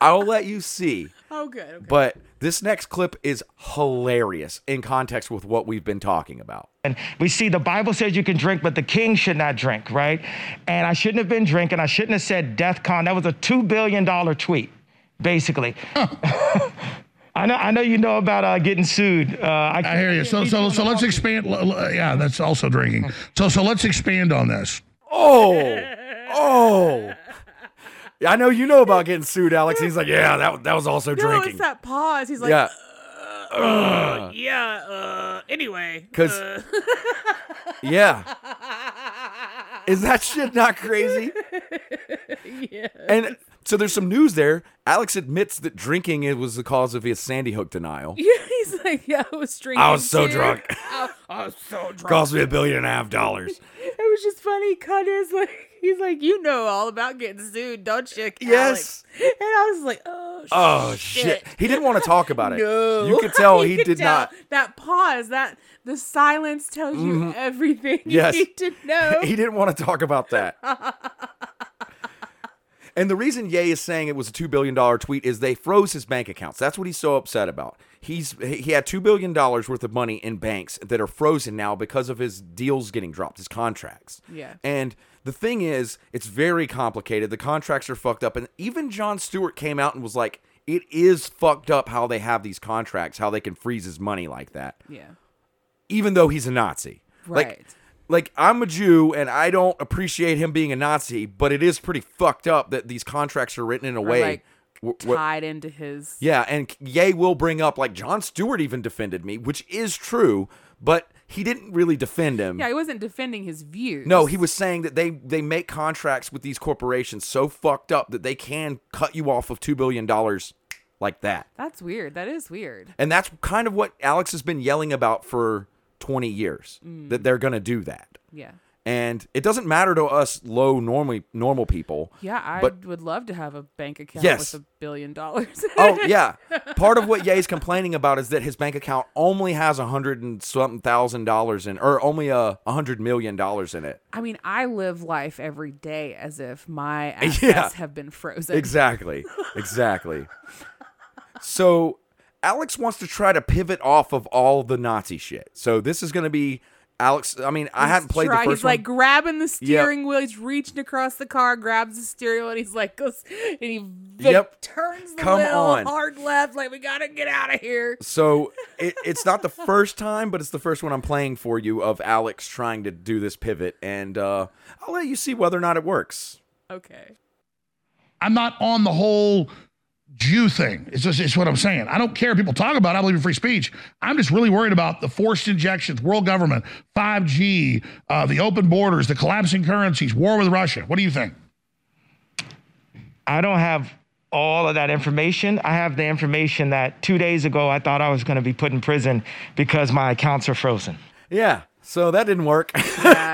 S3: I'll let you see.
S2: oh, good. Okay.
S3: But this next clip is hilarious in context with what we've been talking about.
S5: And we see the Bible says you can drink, but the king should not drink, right? And I shouldn't have been drinking. I shouldn't have said death con. That was a two billion dollar tweet, basically. *laughs* I know I know you know about uh, getting sued. Uh, I,
S4: I hear you. So so so let's expand. l- l- Yeah, that's also drinking. So so let's expand on this.
S3: Oh, oh. I know you know about getting sued, Alex. He's like, yeah, that, that was also
S2: no,
S3: drinking.
S2: Oh, it's that pause. He's like,
S3: yeah.
S2: yeah. Uh, anyway. Uh.
S3: Because, *laughs*
S2: *laughs*
S3: yeah. Is that shit not crazy? And so there's some news there. Alex admits that drinking it was the cause of his Sandy Hook denial.
S2: Yeah, he's like, yeah, I was drinking.
S3: I was so
S2: too.
S3: drunk.
S2: I, I was so drunk.
S3: Cost me a billion and a half dollars.
S2: *laughs* It was just funny. Kanye's like, he's like, you know all about getting sued, don't you? Alex?"
S3: Yes.
S2: And I was like, oh
S3: Oh shit! He didn't want to talk
S2: *laughs*
S3: about it. You could tell he
S2: could
S3: did
S2: tell.
S3: not. Mm-hmm.
S2: That pause, that the silence tells you everything
S3: Yes.
S2: you need to
S3: *laughs*
S2: know.
S3: he didn't want to talk about that. and the reason Ye is saying it was a two billion dollar tweet is they froze his bank accounts. That's what he's so upset about. He's he he had two billion dollars worth of money in banks that are frozen now because of his deals getting dropped, his contracts.
S2: Yeah.
S3: And the thing is, it's very complicated. The contracts are fucked up, and even John Stewart came out and was like, "It is fucked up how they have these contracts, how they can freeze his money like that."
S2: yeah.
S3: even though he's a Nazi. Like,
S2: Right.
S3: like I'm a Jew and I don't appreciate him being a Nazi, but it is pretty fucked up that these contracts are written in a way.
S2: like,
S3: w- w-
S2: Tied into his
S3: yeah, and Ye will bring up like John Stewart even defended me, which is true, but he didn't really defend him.
S2: Yeah, he wasn't defending his views.
S3: No, he was saying that they they make contracts with these corporations so fucked up that they can cut you off of two billion dollars like that.
S2: That's weird. That is weird.
S3: And that's kind of what Alex has been yelling about for 20 years
S2: Mm.
S3: that they're going to do that.
S2: Yeah.
S3: And it doesn't matter to us low normally normal people.
S2: Yeah, I *laughs*
S3: But
S2: would love to have a bank account
S3: Yes.
S2: with a billion dollars.
S3: oh yeah, part of what Ye's complaining about is that his bank account only has a hundred and something thousand dollars in, or only a hundred million dollars in it.
S2: *laughs* I mean, I live life every day as if my assets
S3: *laughs* Yeah.
S2: have been frozen.
S3: Exactly. Exactly. so Alex wants to try to pivot off of all the Nazi shit. So this is going to be Alex. I mean, I hadn't played
S2: Try-
S3: the first
S2: he's
S3: one.
S2: like grabbing the steering wheel. He's reaching across the car, grabs the steering wheel, and he's like, goes, and he like,
S3: Yep.
S2: turns the
S3: Come
S2: wheel
S3: on.
S2: hard left. Like, we got to get out of here.
S3: So it, it's not the first time, but it's the first one I'm playing for you of Alex trying to do this pivot, and uh, I'll let you see whether or not it works. *laughs*
S2: Okay.
S4: I'm not on the whole Jew thing. It's just it's what I'm saying. I don't care. People talk about. It. I believe in free speech. I'm just really worried about the forced injections, world government, 5G, uh, the open borders, the collapsing currencies, war with Russia. What do you think?
S5: I don't have all of that information. I have the information that two days ago I thought I was going to be put in prison because my accounts are frozen.
S3: Yeah. So that didn't work. *laughs*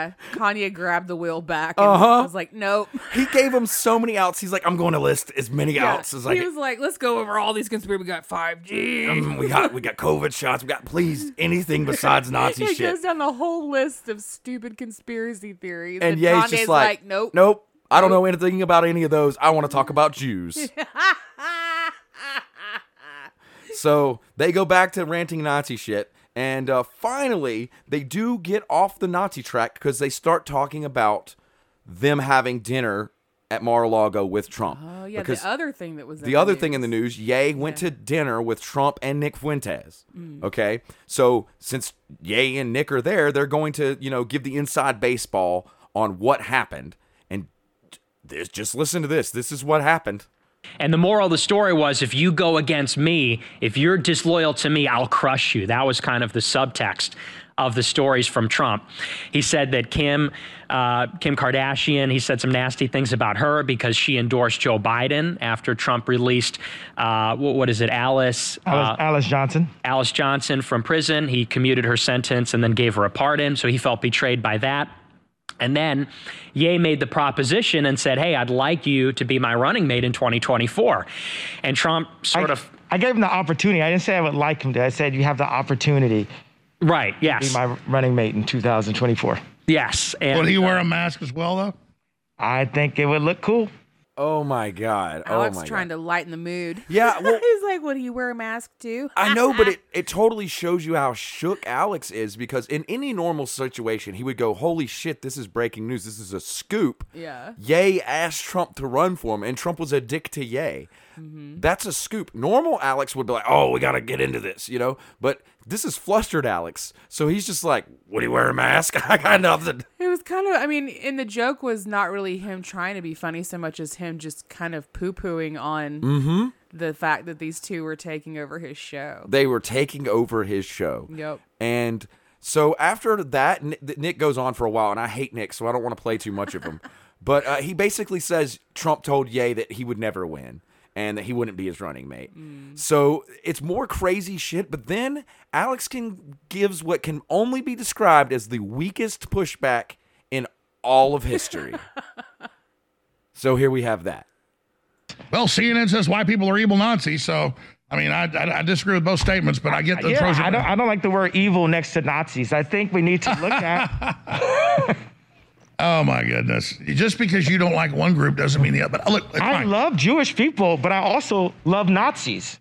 S2: Yeah. Kanye grabbed the wheel back and
S3: Uh-huh.
S2: I was like, nope.
S3: *laughs* he gave him so many outs. He's like, I'm going to list as many
S2: Yeah.
S3: outs as I
S2: he
S3: can.
S2: was like, let's go over all these conspiracy. We got 5G. *laughs*
S3: Mm, we got we got COVID shots. We got please anything
S2: *laughs*
S3: besides Nazi
S2: It
S3: shit.
S2: goes down the whole list of stupid conspiracy theories.
S3: And
S2: that
S3: Ye's
S2: Kanye's
S3: just like,
S2: nope.
S3: nope. I don't know anything about any of those. I want to talk
S2: *laughs*
S3: about Jews. So they go back to ranting Nazi shit. And uh, finally, they do get off the Nazi track because they start talking about them having dinner at Mar a Lago with Trump.
S2: Oh yeah,
S3: because
S2: the other thing that was in
S3: the other thing in the
S2: news.
S3: news, Ye went to dinner with Trump and Nick Fuentes.
S2: Mm.
S3: Okay. So since Ye and Nick are there, they're going to, you know, give the inside baseball on what happened. And this, just listen to this. This is what happened.
S6: And the moral of the story was if you go against me, if you're disloyal to me, I'll crush you. That was kind of the subtext of the stories from Trump. He said that Kim, uh, Kim Kardashian, he said some nasty things about her because she endorsed Joe Biden after Trump released, uh, wh- what is it, Alice?
S5: Alice,
S4: Uh,
S5: Alice Johnson.
S6: Alice Johnson from prison. He commuted her sentence and then gave her a pardon. So he felt betrayed by that. And then Ye made the proposition and said, Hey, I'd like you to be my running mate in 2024. And Trump sort
S5: I,
S6: of,
S5: I gave him the opportunity. I didn't say I would like him to. I said you have the opportunity to
S6: right,
S5: be
S6: yes.
S5: my running mate in 2024.
S6: yes. And
S4: Would he wear a mask as well, though?
S5: I think it would look cool.
S3: Oh my God.
S2: Alex
S3: oh my
S2: trying
S3: God.
S2: to lighten the mood.
S3: Yeah, well-
S2: *laughs* he's like, "Would you wear a mask too?" *laughs*
S3: I know, but it, it totally shows you how shook Alex is because in any normal situation, he would go, Holy shit, this is breaking news. This is a scoop.
S2: Yeah.
S3: Yay asked Trump to run for him, and Trump was a dick to Yay. That's a scoop. Normal Alex would be like, Oh, we got to get into this, you know? But this is flustered Alex. So he's just like, Would he wear a mask? *laughs* I got nothing.
S2: It was kind of. I mean, and the joke was not really him trying to be funny so much as him just kind of poo pooing on
S3: Mm-hmm.
S2: the fact that these two were taking over his show.
S3: They were taking over his show.
S2: Yep.
S3: And so after that, Ni- th- Nick goes on for a while, and I hate Nick, so I don't want to play too much
S2: *laughs*
S3: of him. but uh, he basically says Trump told Ye that he would never win and that he wouldn't be his running mate.
S2: Mm.
S3: So it's more crazy shit. But then Alex can gives what can only be described as the weakest pushback
S2: *laughs*
S3: in all of history. so here we have that.
S4: well, CNN says why people are evil Nazis. So, I mean, I, I, I disagree with both statements, but I get the
S5: Yeah,
S4: Trojan.
S5: I don't, I don't like the word evil next to Nazis. I think we need to look
S4: *laughs*
S5: at.
S4: oh my goodness! Just because you don't like one group doesn't mean the other. But uh, look, it's
S5: I
S4: fine.
S5: love Jewish people, but I also love Nazis.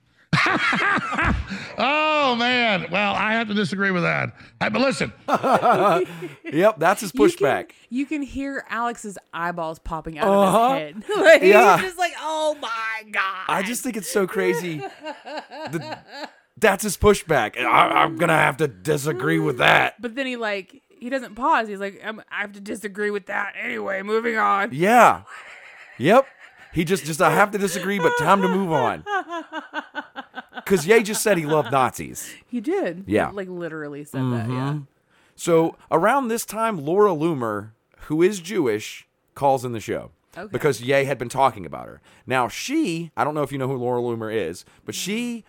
S4: oh man! Well, I have to disagree with that. I- but listen,
S3: Yep, that's his
S2: You can-
S3: pushback.
S2: You can, hear Alex's eyeballs popping out of his head. *laughs* Like,
S3: Uh-huh. Yeah.
S2: He's just like, oh my god.
S3: I just think it's so crazy. that- that's his pushback. I, I'm gonna have to disagree with that.
S2: But then he like he doesn't pause. He's like, i I have to disagree with that anyway. Moving on.
S3: Yeah. Yep. He just just I have to disagree, but time to move on. Cause Ye just said he loved Nazis.
S2: He did.
S3: Yeah.
S2: Like literally said that. Yeah.
S3: So around this time, Laura Loomer, who is Jewish, calls in the show. Because Ye had been talking about her. Now she, I don't know if you know who Laura Loomer is, but she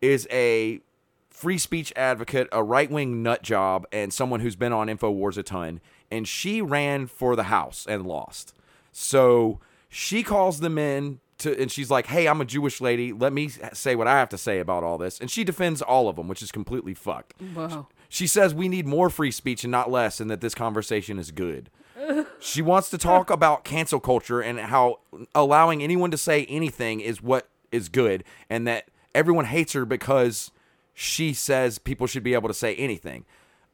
S3: is a free speech advocate, a right wing nut job, and someone who's been on InfoWars a ton. And she ran for the House and lost. So she calls them in to, and she's like, hey, I'm a Jewish lady. Let me say what I have to say about all this. And she defends all of them, which is completely fucked.
S2: Whoa.
S3: She says we need more free speech and not less, and that this conversation is good. she wants to talk about cancel culture and how allowing anyone to say anything is what is good, and that everyone hates her because she says people should be able to say anything.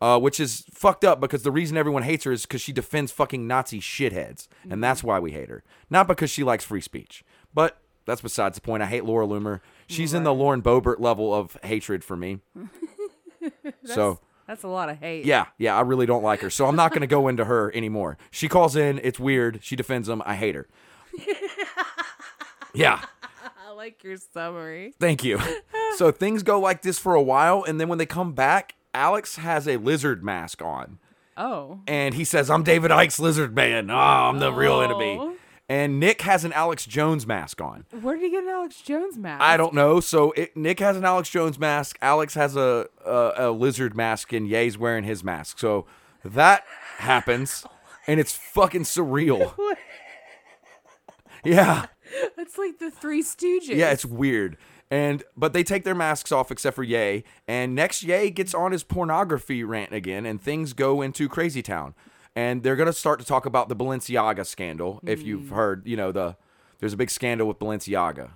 S3: Uh, which is fucked up because the reason everyone hates her is because she defends fucking Nazi shitheads, and that's why we hate her. Not because she likes free speech, but that's besides the point. I hate Laura Loomer. She's in the Lauren Boebert level of hatred for me. so
S2: That's a lot of hate.
S3: yeah, yeah, I really don't like her. So I'm not going to go into her anymore. She calls in, it's weird. She defends him. I hate her. yeah,
S2: I like your summary.
S3: thank you. So things go like this for a while. And then when they come back, Alex has a lizard mask on.
S2: Oh.
S3: And he says, I'm David Ike's lizard man. Oh, I'm the real enemy.
S2: Oh.
S3: And Nick has an Alex Jones mask on.
S2: Where did he get an Alex Jones mask?
S3: I don't know. So it, Nick has an Alex Jones mask. Alex has a a, a lizard mask, and Ye's wearing his mask. So that happens, and it's fucking surreal. Yeah,
S2: It's like the Three Stooges.
S3: yeah, it's weird. And but they take their masks off except for Ye. And next Ye gets on his pornography rant again, and things go into crazy town. And they're gonna start to talk about the Balenciaga scandal. If you've heard, you know the there's a big scandal with Balenciaga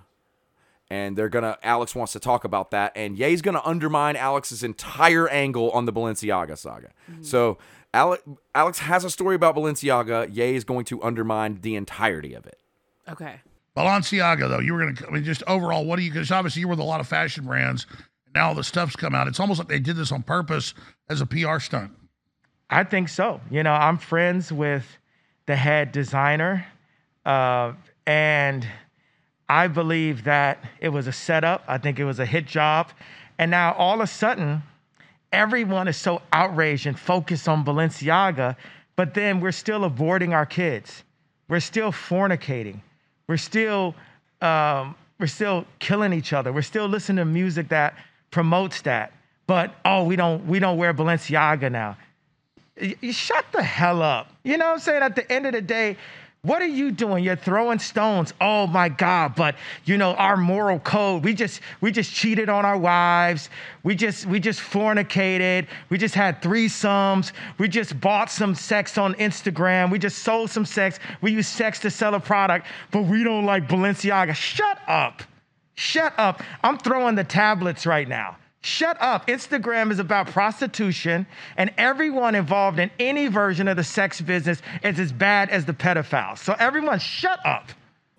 S3: and they're gonna Alex wants to talk about that, and Ye's gonna undermine Alex's entire angle on the Balenciaga saga. So Alex, Alex has a story about Balenciaga. Ye is going to undermine the entirety of it.
S2: Okay.
S4: Balenciaga, though, you were going to, I mean, just overall, what do you, because obviously you were with a lot of fashion brands. Now all the stuff's come out. It's almost like they did this on purpose as a PR stunt.
S5: I think so. You know, I'm friends with the head designer, uh, and I believe that it was a setup. I think it was a hit job, and now all of a sudden, everyone is so outraged and focused on Balenciaga, but then we're still aborting our kids. We're still fornicating. We're still um, we're still killing each other. We're still listening to music that promotes that. But oh, we don't we don't wear Balenciaga now y- you shut the hell up. You know what I'm saying? At the end of the day, what are you doing? You're throwing stones. Oh my God! But you know our moral code. We just we just cheated on our wives. We just we just fornicated. We just had threesomes. We just bought some sex on Instagram. We just sold some sex. We use sex to sell a product. But we don't like Balenciaga. Shut up. Shut up. I'm throwing the tablets right now. Shut up. Instagram is about prostitution, and everyone involved in any version of the sex business is as bad as the pedophiles. So, everyone, shut up.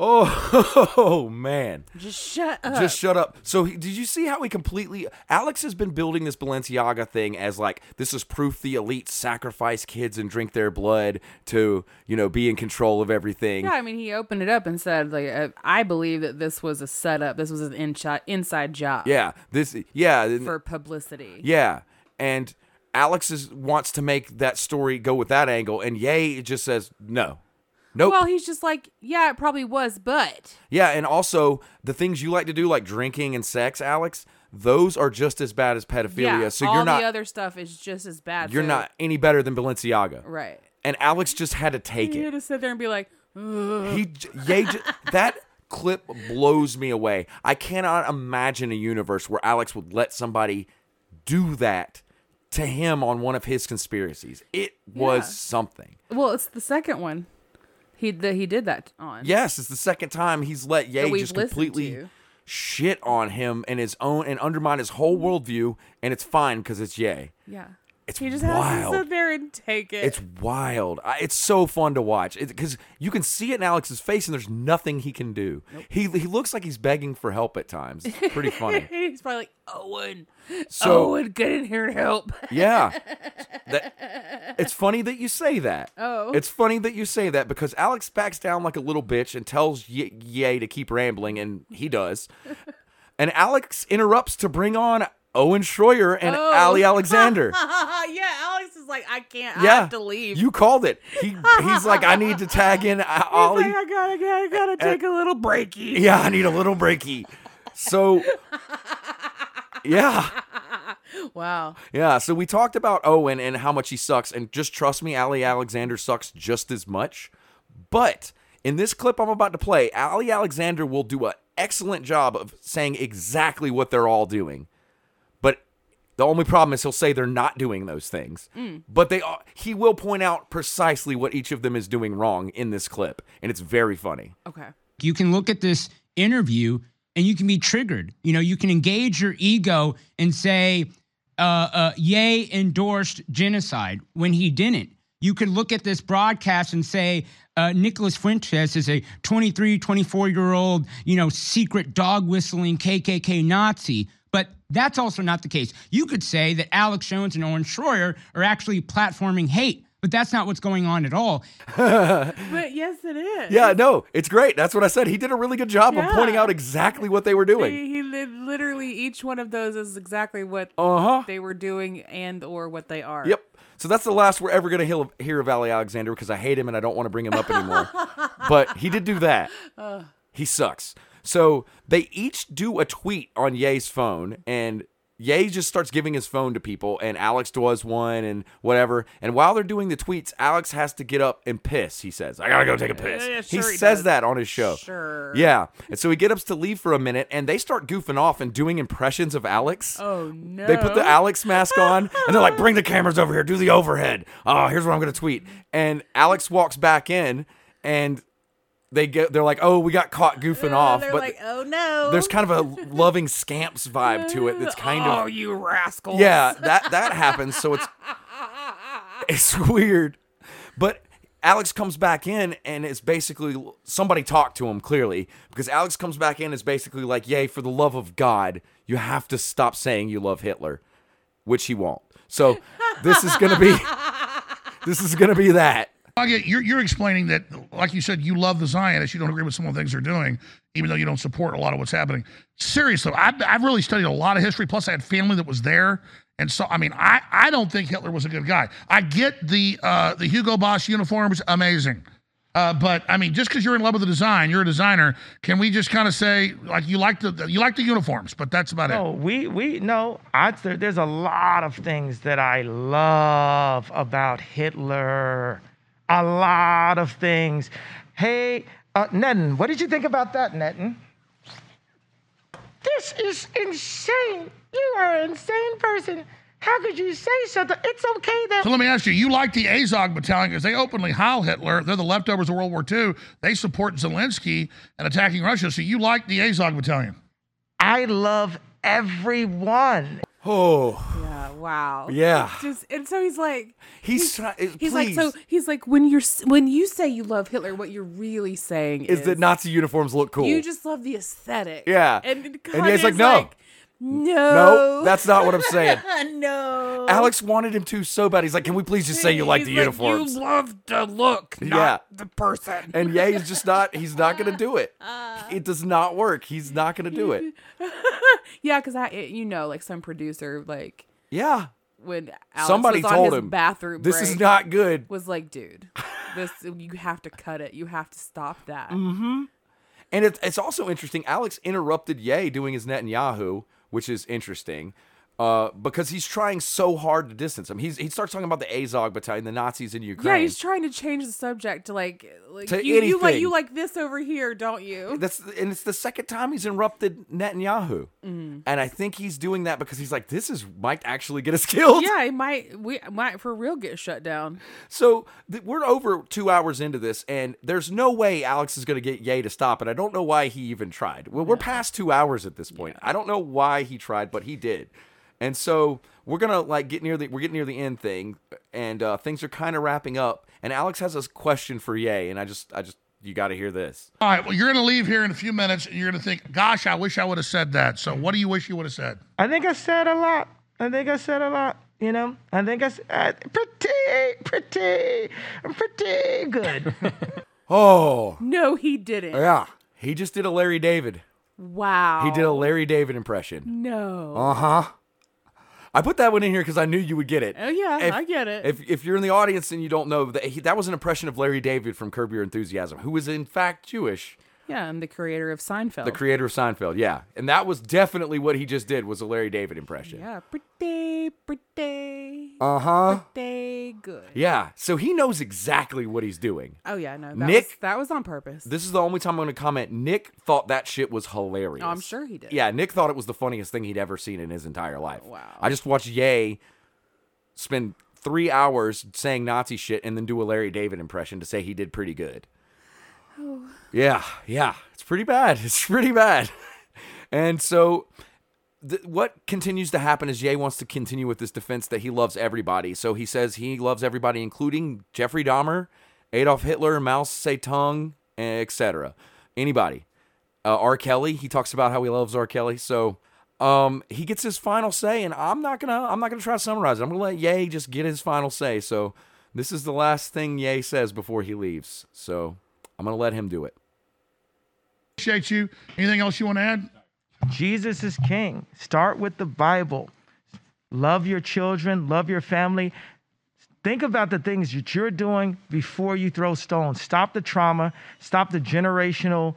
S3: Oh, *laughs* man,
S2: Just shut up.
S3: just shut up. So he, did you see how he completely? Alex has been building this Balenciaga thing as like this is proof the elite sacrifice kids and drink their blood to you know be in control of everything.
S2: yeah, I mean, he opened it up and said, like, uh, I believe that this was a setup. This was an inside inside job
S3: Yeah, this yeah and-
S2: for publicity.
S3: Yeah, and Alex is, wants to make that story go with that angle, and Ye just says no, nope.
S2: Well, he's just like, yeah, it probably was, but
S3: yeah, and also the things you like to do, like drinking and sex, Alex, those are just as bad as pedophilia.
S2: yeah,
S3: so
S2: all
S3: you're not
S2: the other stuff is just as bad.
S3: you're
S2: so-
S3: not any better than Balenciaga,
S2: right.
S3: and Alex just had to take
S2: You
S3: it.
S2: "Mm, *laughs* just sit there and be like, "Ugh."
S3: He j- Ye j- that clip blows me away. I cannot imagine a universe where Alex would let somebody do that to him on one of his conspiracies. It was
S2: Yeah.
S3: something.
S2: Well, it's the second one. He that he did that on.
S3: Yes, it's the second time he's let Ye
S2: we've
S3: just
S2: listened
S3: completely
S2: to.
S3: shit on him and his own and undermine his whole worldview, and it's fine because it's Ye.
S2: Yeah.
S3: It's
S2: He just has
S3: wild.
S2: to sit there and take it.
S3: It's wild. I, it's so fun to watch because you can see it in Alex's face, and there's nothing he can do. He he looks like he's begging for help at times. It's
S2: *laughs*
S3: pretty funny.
S2: He's probably like Owen.
S3: So
S2: Owen, get in here and help.
S3: yeah, That- it's funny that you say that.
S2: Oh.
S3: it's funny that you say that because Alex backs down like a little bitch and tells Ye, Ye to keep rambling, and
S2: *laughs*
S3: he does. and Alex interrupts to bring on Owen Schroyer and
S2: Oh. *laughs*
S3: Ali Alexander.
S2: yeah, Alex is like, I can't. I
S3: yeah,
S2: have to leave.
S3: You called it. He he's like, I need to tag in uh, Ollie.
S2: I gotta, I gotta take a little breaky.
S3: Yeah, I need a little breaky.
S2: *laughs*
S3: So, yeah,
S2: *laughs* Wow.
S3: yeah. So we talked about Owen and how much he sucks, and just trust me, Ali Alexander sucks just as much. But in this clip I'm about to play, Ali Alexander will do an excellent job of saying exactly what they're all doing. But the only problem is he'll say they're not doing those things. But they are, he will point out precisely what each of them is doing wrong in this clip, and it's very funny.
S2: Okay.
S8: You can look at this interview and you can be triggered. You know, you can engage your ego and say, uh, uh, Yay endorsed genocide when he didn't. You could look at this broadcast and say, uh, Nicholas Fuentes is a 23, 24 year old, you know, secret dog whistling KKK Nazi. But that's also not the case. You could say that Alex Jones and Owen Schroyer are actually platforming hate, but that's not what's going on at all.
S2: But yes, it is.
S3: Yeah, no, it's great. That's what I said. He did a really good job of pointing
S2: Yeah.
S3: out exactly what they were doing.
S2: He, he li- literally each one of those is exactly what
S3: Uh huh.
S2: they were doing and or what they are.
S3: Yep. So that's the last we're ever going to hear, hear of Ali Alexander because I hate him and I don't want to bring him
S2: *laughs*
S3: up anymore. but he did do that. He sucks. So they each do a tweet on Ye's phone, and Ye just starts giving his phone to people, and Alex does one and whatever. And while they're doing the tweets, Alex has to get up and piss. He says, "I gotta go take a piss."
S2: yeah,
S3: he
S2: sure he
S3: says
S2: does.
S3: that on his show.
S2: Sure.
S3: Yeah. And so he gets up to leave for a minute, and they start goofing off and doing impressions of Alex.
S2: Oh no.
S3: They put the Alex mask on and they're like, bring the cameras over here, do the overhead. Oh, here's what I'm gonna tweet. And Alex walks back in and they get they're like, Oh, we got caught goofing
S2: Oh,
S3: off.
S2: they're
S3: But
S2: like, oh no.
S3: there's kind
S2: *laughs*
S3: of a loving scamps vibe to it that's kind
S2: oh,
S3: of
S2: you rascal.
S3: Yeah,
S2: *laughs*
S3: that that happens. So it's it's weird. But Alex comes back in and it's basically somebody talked to him clearly because Alex comes back in is basically like, "Yay, for the love of God, you have to stop saying you love Hitler," which he won't. So this is
S2: *laughs*
S3: gonna be this is gonna be that.
S4: I get- you're, you're explaining that, like you said, you love the Zionists. You don't agree with some of the things they're doing, even though you don't support a lot of what's happening. Seriously, I've, I've really studied a lot of history. Plus, I had family that was there. And so, I mean, I, I don't think Hitler was a good guy. I get the uh, the Hugo Boss uniforms, amazing. Uh, but I mean, just because you're in love with the design, you're a designer. Can we just kind of say like you like the you like the uniforms, but that's about it.
S5: No, we we no. I there, there's a lot of things that I love about Hitler. A lot of things. Hey, uh, Netton, what did you think about that, Netton?
S7: This is insane. You are an insane person. How could you say something? It's okay that
S4: So let me ask you: You like the Azov Battalion because they openly howl Hitler. They're the leftovers of World War II. They support Zelensky and attacking Russia. So you like the Azov Battalion?
S5: I love everyone.
S3: Oh
S2: Yeah, wow.
S3: yeah,
S2: Just and so he's like
S3: he's try-
S2: he's
S3: please.
S2: like so he's like when you're s- when you say you love Hitler, what you're really saying is,
S3: is that Nazi uniforms look cool?
S2: you just love the aesthetic.
S3: Yeah.
S2: And,
S3: And
S2: Kanye's
S3: he's like,
S2: like,
S3: "No.
S2: no. Oh.
S3: no, that's not what
S2: *laughs*
S3: I'm *laughs* saying.
S2: no.
S3: Alex wanted him to so bad. He's like, "Can we please just say you like
S2: Oh. He's
S3: the uniforms?"
S2: You love the look, not
S3: Yeah.
S2: the person. Uh.
S3: and yeah, he's just not. He's not gonna
S2: *laughs*
S3: do it. It does not work. He's not gonna do it.
S2: Yeah, because I, it- you know, like some producer, like
S3: Yeah,
S2: when Alex
S3: somebody
S2: was on
S3: told
S2: his
S3: him
S2: bathroom
S3: This
S2: break,
S3: is not
S2: *laughs*
S3: good.
S2: was like, dude, this you have to cut it. You have to stop that.
S3: Mm-hmm. And it's it's also interesting. Alex interrupted Ye doing his Netanyahu, which is interesting. uh, because he's trying so hard to distance him. He's, he starts talking about the Azov battalion, the Nazis in Ukraine.
S2: Yeah, he's trying to change the subject to like, like
S3: To
S2: you, you like
S3: anything.
S2: you like this over here, don't you?
S3: That's and it's the second time he's interrupted Netanyahu, and I think he's doing that because he's like, "This is might actually get us *laughs* killed."
S2: yeah, it might we might for real get shut down.
S3: So th- we're over two hours into this, and there's no way Alex is going to get Ye to stop it. I don't know why he even tried. Well, we're past two hours at this point. I don't know why he tried, but he did. And so we're gonna like get near the we're getting near the end thing, and uh, things are kind of wrapping up. And Alex has a question for Ye, and I just I just you got to hear this.
S4: All right. Well, you're going to leave here in a few minutes and you're going to think, gosh, I wish I would have said that. So, what do you wish you would have said?
S5: I think I said a lot. I think I said a lot. You know, I think I s- I- pretty, pretty, I'm pretty good.
S3: Oh
S2: No, he didn't.
S3: yeah, he just did a Larry David.
S2: Wow.
S3: He did
S2: Oh.
S3: a Larry David impression.
S2: No.
S3: Uh huh. I put that one in here because I knew you would get it.
S2: oh yeah,
S3: If-
S2: I get it.
S3: If, if you're in the audience and you don't know that he, that was an impression of Larry David from Curb Your Enthusiasm, who is in fact Jewish,
S2: yeah, I'm the creator of Seinfeld.
S3: the creator of Seinfeld. Yeah, and that was definitely what he just did was a Larry David impression.
S2: yeah, pretty, pretty,
S3: Uh huh.
S2: pretty good.
S3: Yeah. So he knows exactly what he's doing.
S2: Oh yeah, no, that
S3: Nick-
S2: was, that was on purpose.
S3: This is the only time I'm going to comment. Nick thought that shit was hilarious.
S2: Oh, I'm sure he did.
S3: Yeah, Nick thought it was the funniest thing he'd ever seen in his entire life.
S2: Wow.
S3: I just watched Ye spend three hours saying Nazi shit and then do a Larry David impression to say he did pretty good. Yeah, yeah. It's pretty bad. *laughs* It's pretty bad. And so th- what continues to happen is Ye wants to continue with this defense that he loves everybody. So he says he loves everybody, including Jeffrey Dahmer, Adolf Hitler, Mao Zedong, etc. Anybody. Uh, R. Kelly. He talks about how he loves R. Kelly. So um, he gets his final say, and I'm not gonna I'm not gonna try to summarize it. I'm gonna let Ye just get his final say. So this is the last thing Ye says before he leaves. So I'm gonna let him do it.
S4: Appreciate you. Anything else you want to add?
S5: Jesus is king. Start with the Bible. Love your children, love your family. Think about the things that you're doing before you throw stones. Stop the trauma, stop the generational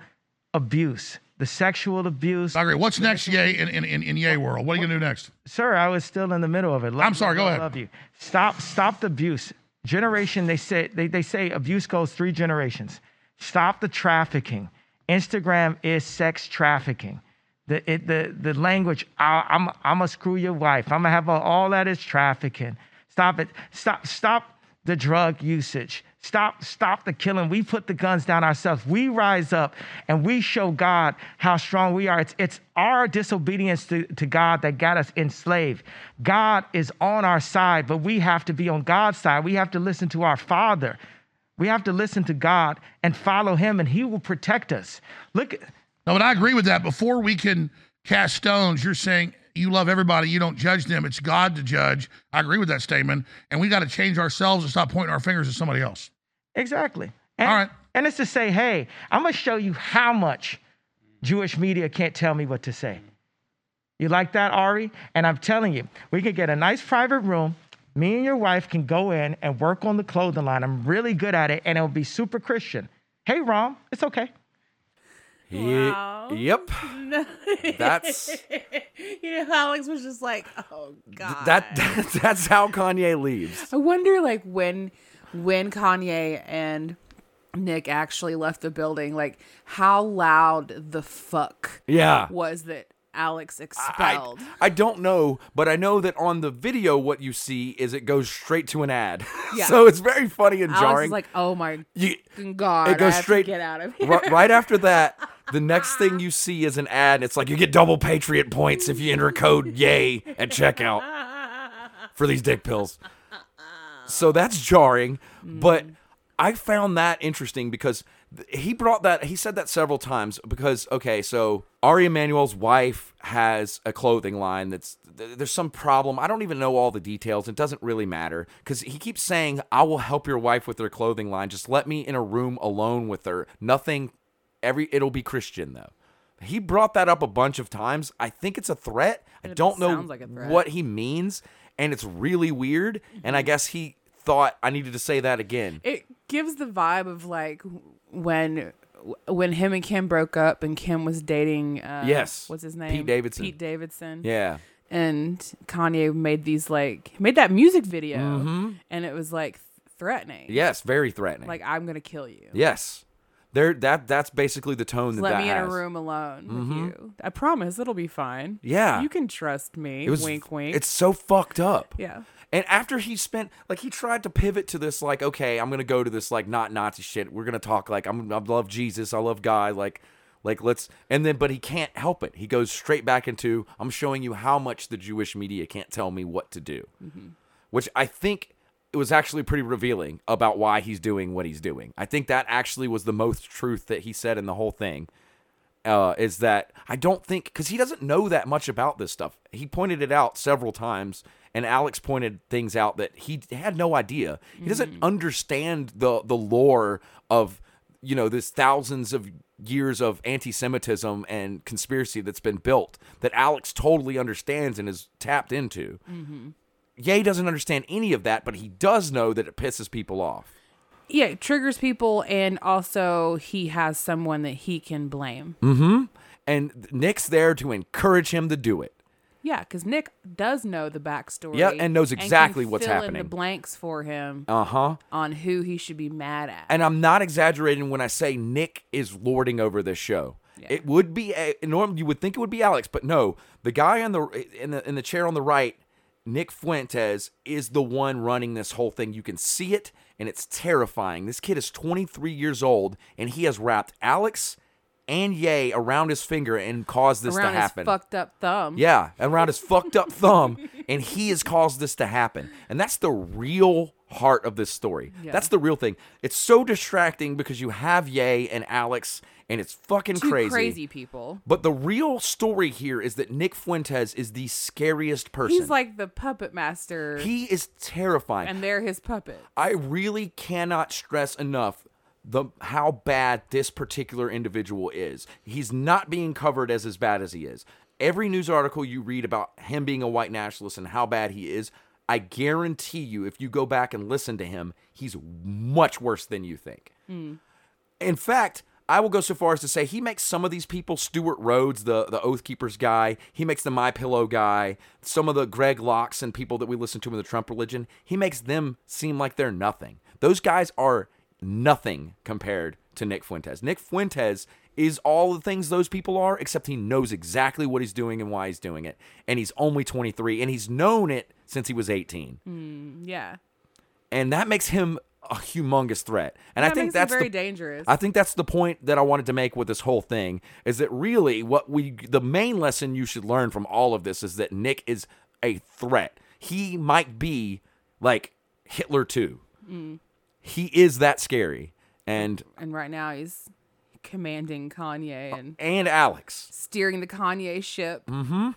S5: abuse, the sexual abuse.
S4: I agree. What's next, Yay, in, in, in, in Yay World? What are you going to do next?
S5: Sir, I was still in the middle of it. Love
S4: I'm
S5: you,
S4: sorry, go
S5: love,
S4: ahead.
S5: Love you. Stop stop the abuse. Generation they say they, they say abuse goes three generations. Stop the trafficking. Instagram is sex trafficking. The it, the the language I, I'm I'm gonna screw your wife. I'm gonna have a, all that is trafficking. Stop it. Stop stop the drug usage. Stop stop the killing. We put the guns down ourselves. We rise up and we show God how strong we are. It's it's our disobedience to, to God that got us enslaved. God is on our side, but we have to be on God's side. We have to listen to our Father. We have to listen to God and follow him and he will protect us. Look
S4: No, but I agree with that. Before we can cast stones, you're saying you love everybody, you don't judge them. It's God to judge. I agree with that statement. And we got to change ourselves and stop pointing our fingers at somebody else.
S5: Exactly. And,
S4: All right.
S5: And it's to say, hey, I'm going to show you how much Jewish media can't tell me what to say. You like that, Ari? And I'm telling you, we can get a nice private room. Me and your wife can go in and work on the clothing line. I'm really good at it, and it'll be super Christian. Hey, Rom, it's okay.
S3: He-
S2: Wow.
S3: yep. That's
S2: *laughs* you know, Alex was just like, oh god.
S3: that, that *laughs* that's how Kanye leaves.
S2: I wonder, like, when when Kanye and Nick actually left the building, like, how loud the fuck
S3: Yeah.
S2: was that Alex
S3: I,
S2: expelled?
S3: I don't know, but I know that on the video, what you see is it goes straight to an ad.
S2: Yeah.
S3: *laughs* so it's very funny and
S2: Alex
S3: *laughs* jarring.
S2: is like, oh my
S3: You-
S2: fucking god,
S3: it goes
S2: I have
S3: straight
S2: to get
S3: *laughs*
S2: out of here.
S3: Ri- right after that,
S2: *laughs*
S3: the next thing you see is an ad. It's like you get double Patriot points if you enter code Yay at checkout for these dick pills. So that's jarring, but
S2: Mm-hmm.
S3: I found that interesting because th- he brought that. He said that several times because okay, so Ari Emanuel's wife has a clothing line that's th- there's some problem. I don't even know all the details. It doesn't really matter because he keeps saying, "I will help your wife with her clothing line. Just let me in a room alone with her. Nothing. Every it'll be Christian though." He brought that up a bunch of times. I think it's a threat. I don't know
S2: sounds like a threat.
S3: what what he means and it's really weird and i
S2: Mm-hmm.
S3: guess he thought i needed to say that again
S2: it gives the vibe of like when when him and Kim broke up and Kim was dating uh,
S3: Yes.
S2: what's his
S3: Pete
S2: name
S3: Davidson.
S2: Pete Davidson
S3: yeah
S2: and Kanye made these like made that music video,
S3: Mm-hmm.
S2: and it was like threatening.
S3: Yes, very threatening.
S2: like I'm gonna kill you.
S3: yes, there that that's basically the tone that
S2: Let
S3: that
S2: me in
S3: has. Mm-hmm.
S2: a room alone with you. I promise it'll be fine.
S3: Yeah.
S2: you can trust me.
S3: It was
S2: wink, wink.
S3: It's so fucked up.
S2: yeah.
S3: And after he spent, like, he tried to pivot to this, like, okay, I'm gonna go to this, like, not Nazi shit. We're gonna talk, like, I'm, I love Jesus, I love God, like, like, let's. And then, but he can't help it. He goes straight back into, I'm showing you how much the Jewish media can't tell me what to do, which I think it was actually pretty revealing about why he's doing what he's doing. I think that actually was the most truth that he said in the whole thing uh, is that I don't think because he doesn't know that much about this stuff. He pointed it out several times, and Alex pointed things out that he had no idea. He doesn't understand the the lore of you know this thousands of years of anti-Semitism and conspiracy that's been built that Alex totally understands and is tapped into. Ye doesn't understand any of that, but he does know that it pisses people off.
S2: yeah, it triggers people, and also he has someone that he can blame.
S3: Mm.
S2: Yeah, 'cause
S3: And Nick's there to encourage him to do it.
S2: Yeah, because Nick does know the backstory.
S3: Yeah, and knows
S2: can
S3: exactly what's
S2: fill In
S3: happening.
S2: the blanks for him
S3: Uh huh.
S2: on who he should be mad at.
S3: and I'm not exaggerating when I say Nick is lording over this show. It would be a, norm. You would think it would be Alex, but no. The guy on the in the in the chair on the right, Nick Fuentes, is the one running this whole thing. You can see it, and it's terrifying. This kid is 23 years old, and he has wrapped Alex and Ye around his finger and caused this
S2: around
S3: to happen.
S2: his fucked up thumb.
S3: Yeah, around his fucked up thumb, and he has caused this to happen. And that's the real heart of this story. That's the real thing. It's so distracting because you have Ye and Alex, and it's fucking
S2: Two
S3: crazy.
S2: crazy, people.
S3: But the real story here is that Nick Fuentes is the scariest person.
S2: He's like the puppet master,
S3: he is terrifying.
S2: and they're his puppet.
S3: I really cannot stress enough the how bad this particular individual is. He's not being covered as as bad as he is. Every news article you read about him being a white nationalist and how bad he is, I guarantee you if you go back and listen to him, he's much worse than you think. In fact, I will go so far as to say he makes some of these people Stuart Rhodes, the the Oath Keepers guy. He makes the My Pillow guy. Some of the Greg Locks and people that we listen to in the Trump religion. He makes them seem like they're nothing. Those guys are nothing compared to Nick Fuentes. Nick Fuentes is all the things those people are, except he knows exactly what he's doing and why he's doing it. And he's only 23, and he's known it since he was 18,
S2: Hmm. Yeah,
S3: and that makes him a humongous threat. And I
S2: That
S3: think
S2: makes him
S3: that's
S2: very
S3: the,
S2: dangerous.
S3: I think that's the point that I wanted to make with this whole thing is that really what we the main lesson you should learn from all of this is that Nick is a threat. He might be like Hitler too.
S2: Mm.
S3: He is that scary. And
S2: and right now he's commanding Kanye and
S3: and Alex.
S2: steering the Kanye ship.
S3: And
S2: well, I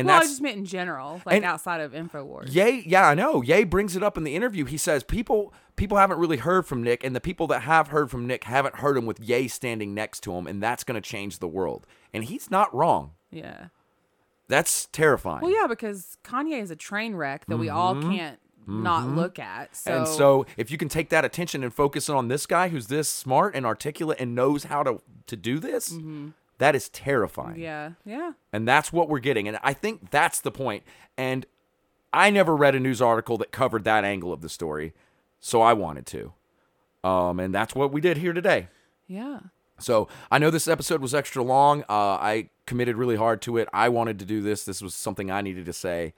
S3: Mm, that's
S2: just meant in general, like
S3: and-
S2: outside of Infowars.
S3: Ye, yeah, I know. Ye brings it up in the interview. He says people people haven't really heard from Nick, and the people that have heard from Nick haven't heard him with Ye standing next to him, and that's going to change the world. And he's not wrong.
S2: yeah.
S3: That's terrifying.
S2: Well, yeah, because Kanye is a train wreck that we all can't not look at. So,
S3: Mm-hmm. And so, if you can take that attention and focus it on this guy who's this smart and articulate and knows how to to do this, that is terrifying.
S2: Mm-hmm. yeah, yeah,
S3: And that's what we're getting. And I think that's the point. And I never read a news article that covered that angle of the story, so I wanted to. Um, and that's what we did here today.
S2: yeah.
S3: So I know this episode was extra long. Uh, I committed really hard to it. I wanted to do this. This was something I needed to say.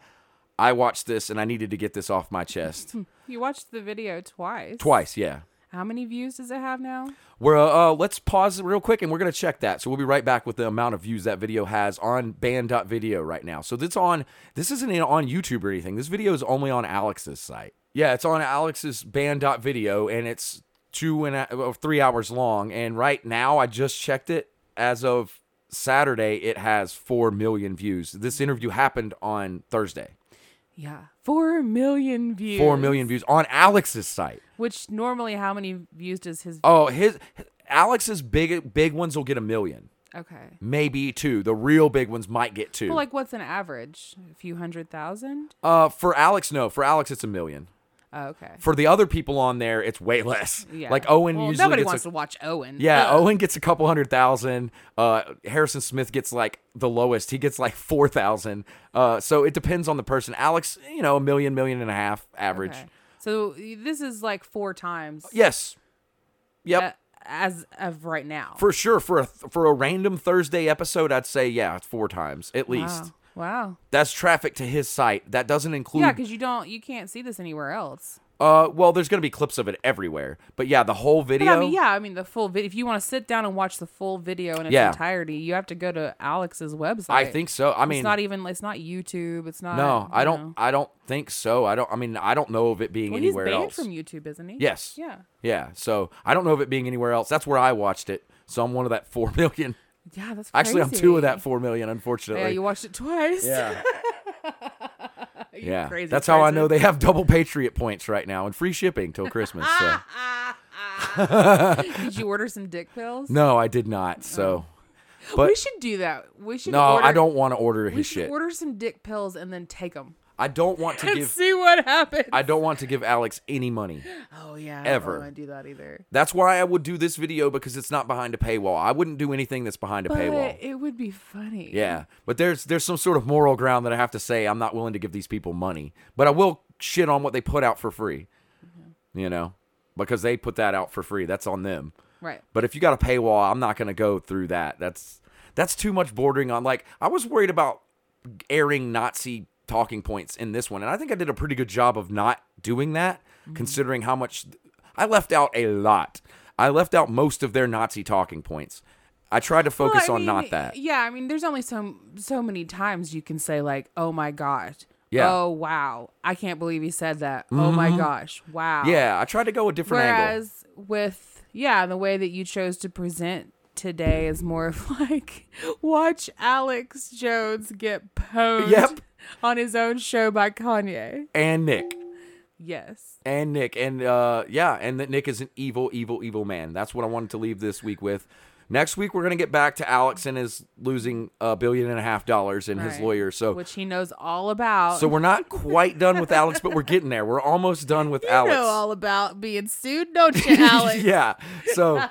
S3: I watched this and I needed to get this off
S2: *laughs*
S3: my chest
S2: You watched the video twice.
S3: twice. Yeah.
S2: How many views does it have now?
S3: We're uh, uh, let's pause it real quick and we're gonna check that. So we'll be right back with the amount of views that video has on band.video right now. So this on this isn't in- on YouTube or anything. This video is only on Alex's site. Yeah, it's on Alex's band.video and it's two and a, uh, three hours long. And right now, I just checked it as of Saturday. It has four million views. This interview happened on Thursday.
S2: Yeah, four million views.
S3: Four million views on Alex's site.
S2: Which normally, how many views does his?
S3: Oh, his Alex's big big ones will get a million.
S2: okay.
S3: maybe two. The real big ones might get two.
S2: Well, like, what's an average? A few hundred thousand? Oh,
S3: uh, for Alex, no. For Alex, it's a million.
S2: Okay.
S3: For the other people on there, it's way less.
S2: Yeah.
S3: Like Owen
S2: Well,
S3: usually
S2: nobody
S3: gets
S2: wants
S3: a,
S2: to watch Owen.
S3: *laughs* yeah,
S2: Ugh.
S3: Owen gets a couple hundred thousand. Uh, Harrison Smith gets like the lowest. He gets like four thousand. Uh, so it depends on the person. Alex, you know, a million, million and a half average.
S2: Okay. So this is like four times.
S3: Yes. Yep.
S2: uh, as of right now.
S3: for sure, for a th- for a random Thursday episode, I'd say yeah, it's four times at least.
S2: Wow. Oh, Wow.
S3: That's traffic to his site. That doesn't include
S2: Yeah, because you don't, you can't see this anywhere else.
S3: Uh, well, there's gonna be clips of it everywhere, but yeah, the whole
S2: But
S3: video.
S2: I mean, yeah, I mean the full video. If you want to sit down and watch the full video in its
S3: Yeah.
S2: entirety, you have to go to Alex's website.
S3: I think so. I mean,
S2: it's not even. It's not YouTube. It's not.
S3: no, I
S2: you
S3: don't.
S2: know.
S3: I don't think so. I don't. I mean, I don't know of it being
S2: Well, he's
S3: anywhere
S2: banned
S3: else.
S2: from YouTube, isn't he?
S3: Yes.
S2: Yeah.
S3: Yeah. So I don't know of it being anywhere else. That's where I watched it. So I'm one of that four *laughs* million.
S2: Yeah, that's
S3: Actually, I'm two of that
S2: crazy.
S3: four million. Unfortunately.
S2: Yeah, you watched it twice.
S3: yeah.
S2: You
S3: Yeah.
S2: crazy
S3: That's how I
S2: person.
S3: know they have double Patriot points right now and free shipping till Christmas.
S2: *laughs*
S3: So.
S2: Did you order some dick pills?
S3: no, I did not. So. But
S2: we should do that. We should.
S3: no,
S2: Oh. order,
S3: I don't want to order
S2: We
S3: his
S2: should
S3: shit.
S2: order some dick pills and then take them
S3: I don't want
S2: *laughs*
S3: to
S2: and
S3: give.
S2: see what happens.
S3: I don't want to give Alex any money.
S2: oh yeah, I
S3: ever.
S2: don't want to do that either.
S3: That's why I would do this video because it's not behind a paywall. I wouldn't do anything that's behind a
S2: But
S3: paywall.
S2: it would be funny.
S3: yeah, but there's there's some sort of moral ground that I have to say I'm not willing to give these people money, but I will shit on what they put out for free.
S2: Mm-hmm.
S3: You know, because they put that out for free. That's on them.
S2: Right.
S3: But if you got a paywall, I'm not going to go through that. That's that's too much bordering on like I was worried about airing Nazi talking points in this one, and I think I did a pretty good job of not doing that,
S2: Mm-hmm.
S3: considering how much I left out a lot. I left out most of their Nazi talking points. I tried to
S2: Well,
S3: focus
S2: I
S3: on
S2: mean,
S3: not that.
S2: Yeah, I mean, there's only so so many times you can say like, "Oh my gosh,"
S3: Yeah. Mm-hmm.
S2: "Oh wow," "I can't believe he said that," "Oh my gosh," "Wow."
S3: Yeah, I tried to go a different angle.
S2: Whereas with yeah, the way that you chose to present today is more of *laughs* like, watch Alex Jones get posed
S3: Yep.
S2: on his own show by Kanye.
S3: And Nick.
S2: Yes.
S3: and Nick and uh yeah, and that Nick is an evil, evil, evil man. That's what I wanted to leave this week with. Next week we're gonna get back to Alex and his losing a billion and a half dollars and his
S2: Right.
S3: lawyer. So
S2: which he knows all about.
S3: Oh. so we're not quite done with Alex, but we're getting there. We're almost done with
S2: *laughs* you
S3: Alex.
S2: know all about being sued, don't
S3: *laughs*
S2: you, Alex?
S3: yeah.
S2: *laughs*
S3: So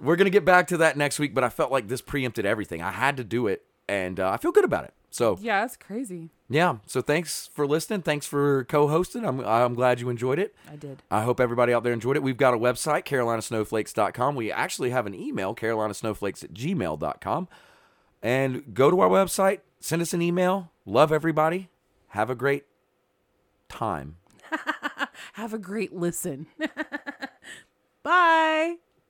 S3: we're gonna get back to that next week, but I felt like this preempted everything. I had to do it, and uh, I feel good about it. So
S2: Yeah, that's crazy.
S3: yeah. So thanks for listening. Thanks for co-hosting. I'm I'm glad you enjoyed it.
S2: I did.
S3: I hope everybody out there enjoyed it. We've got a website, carolinasnowflakes.com. We actually have an email, carolinasnowflakes at gmail.com. And go to our website, send us an email. Love everybody. Have a great time.
S2: Have a great listen. *laughs* Bye.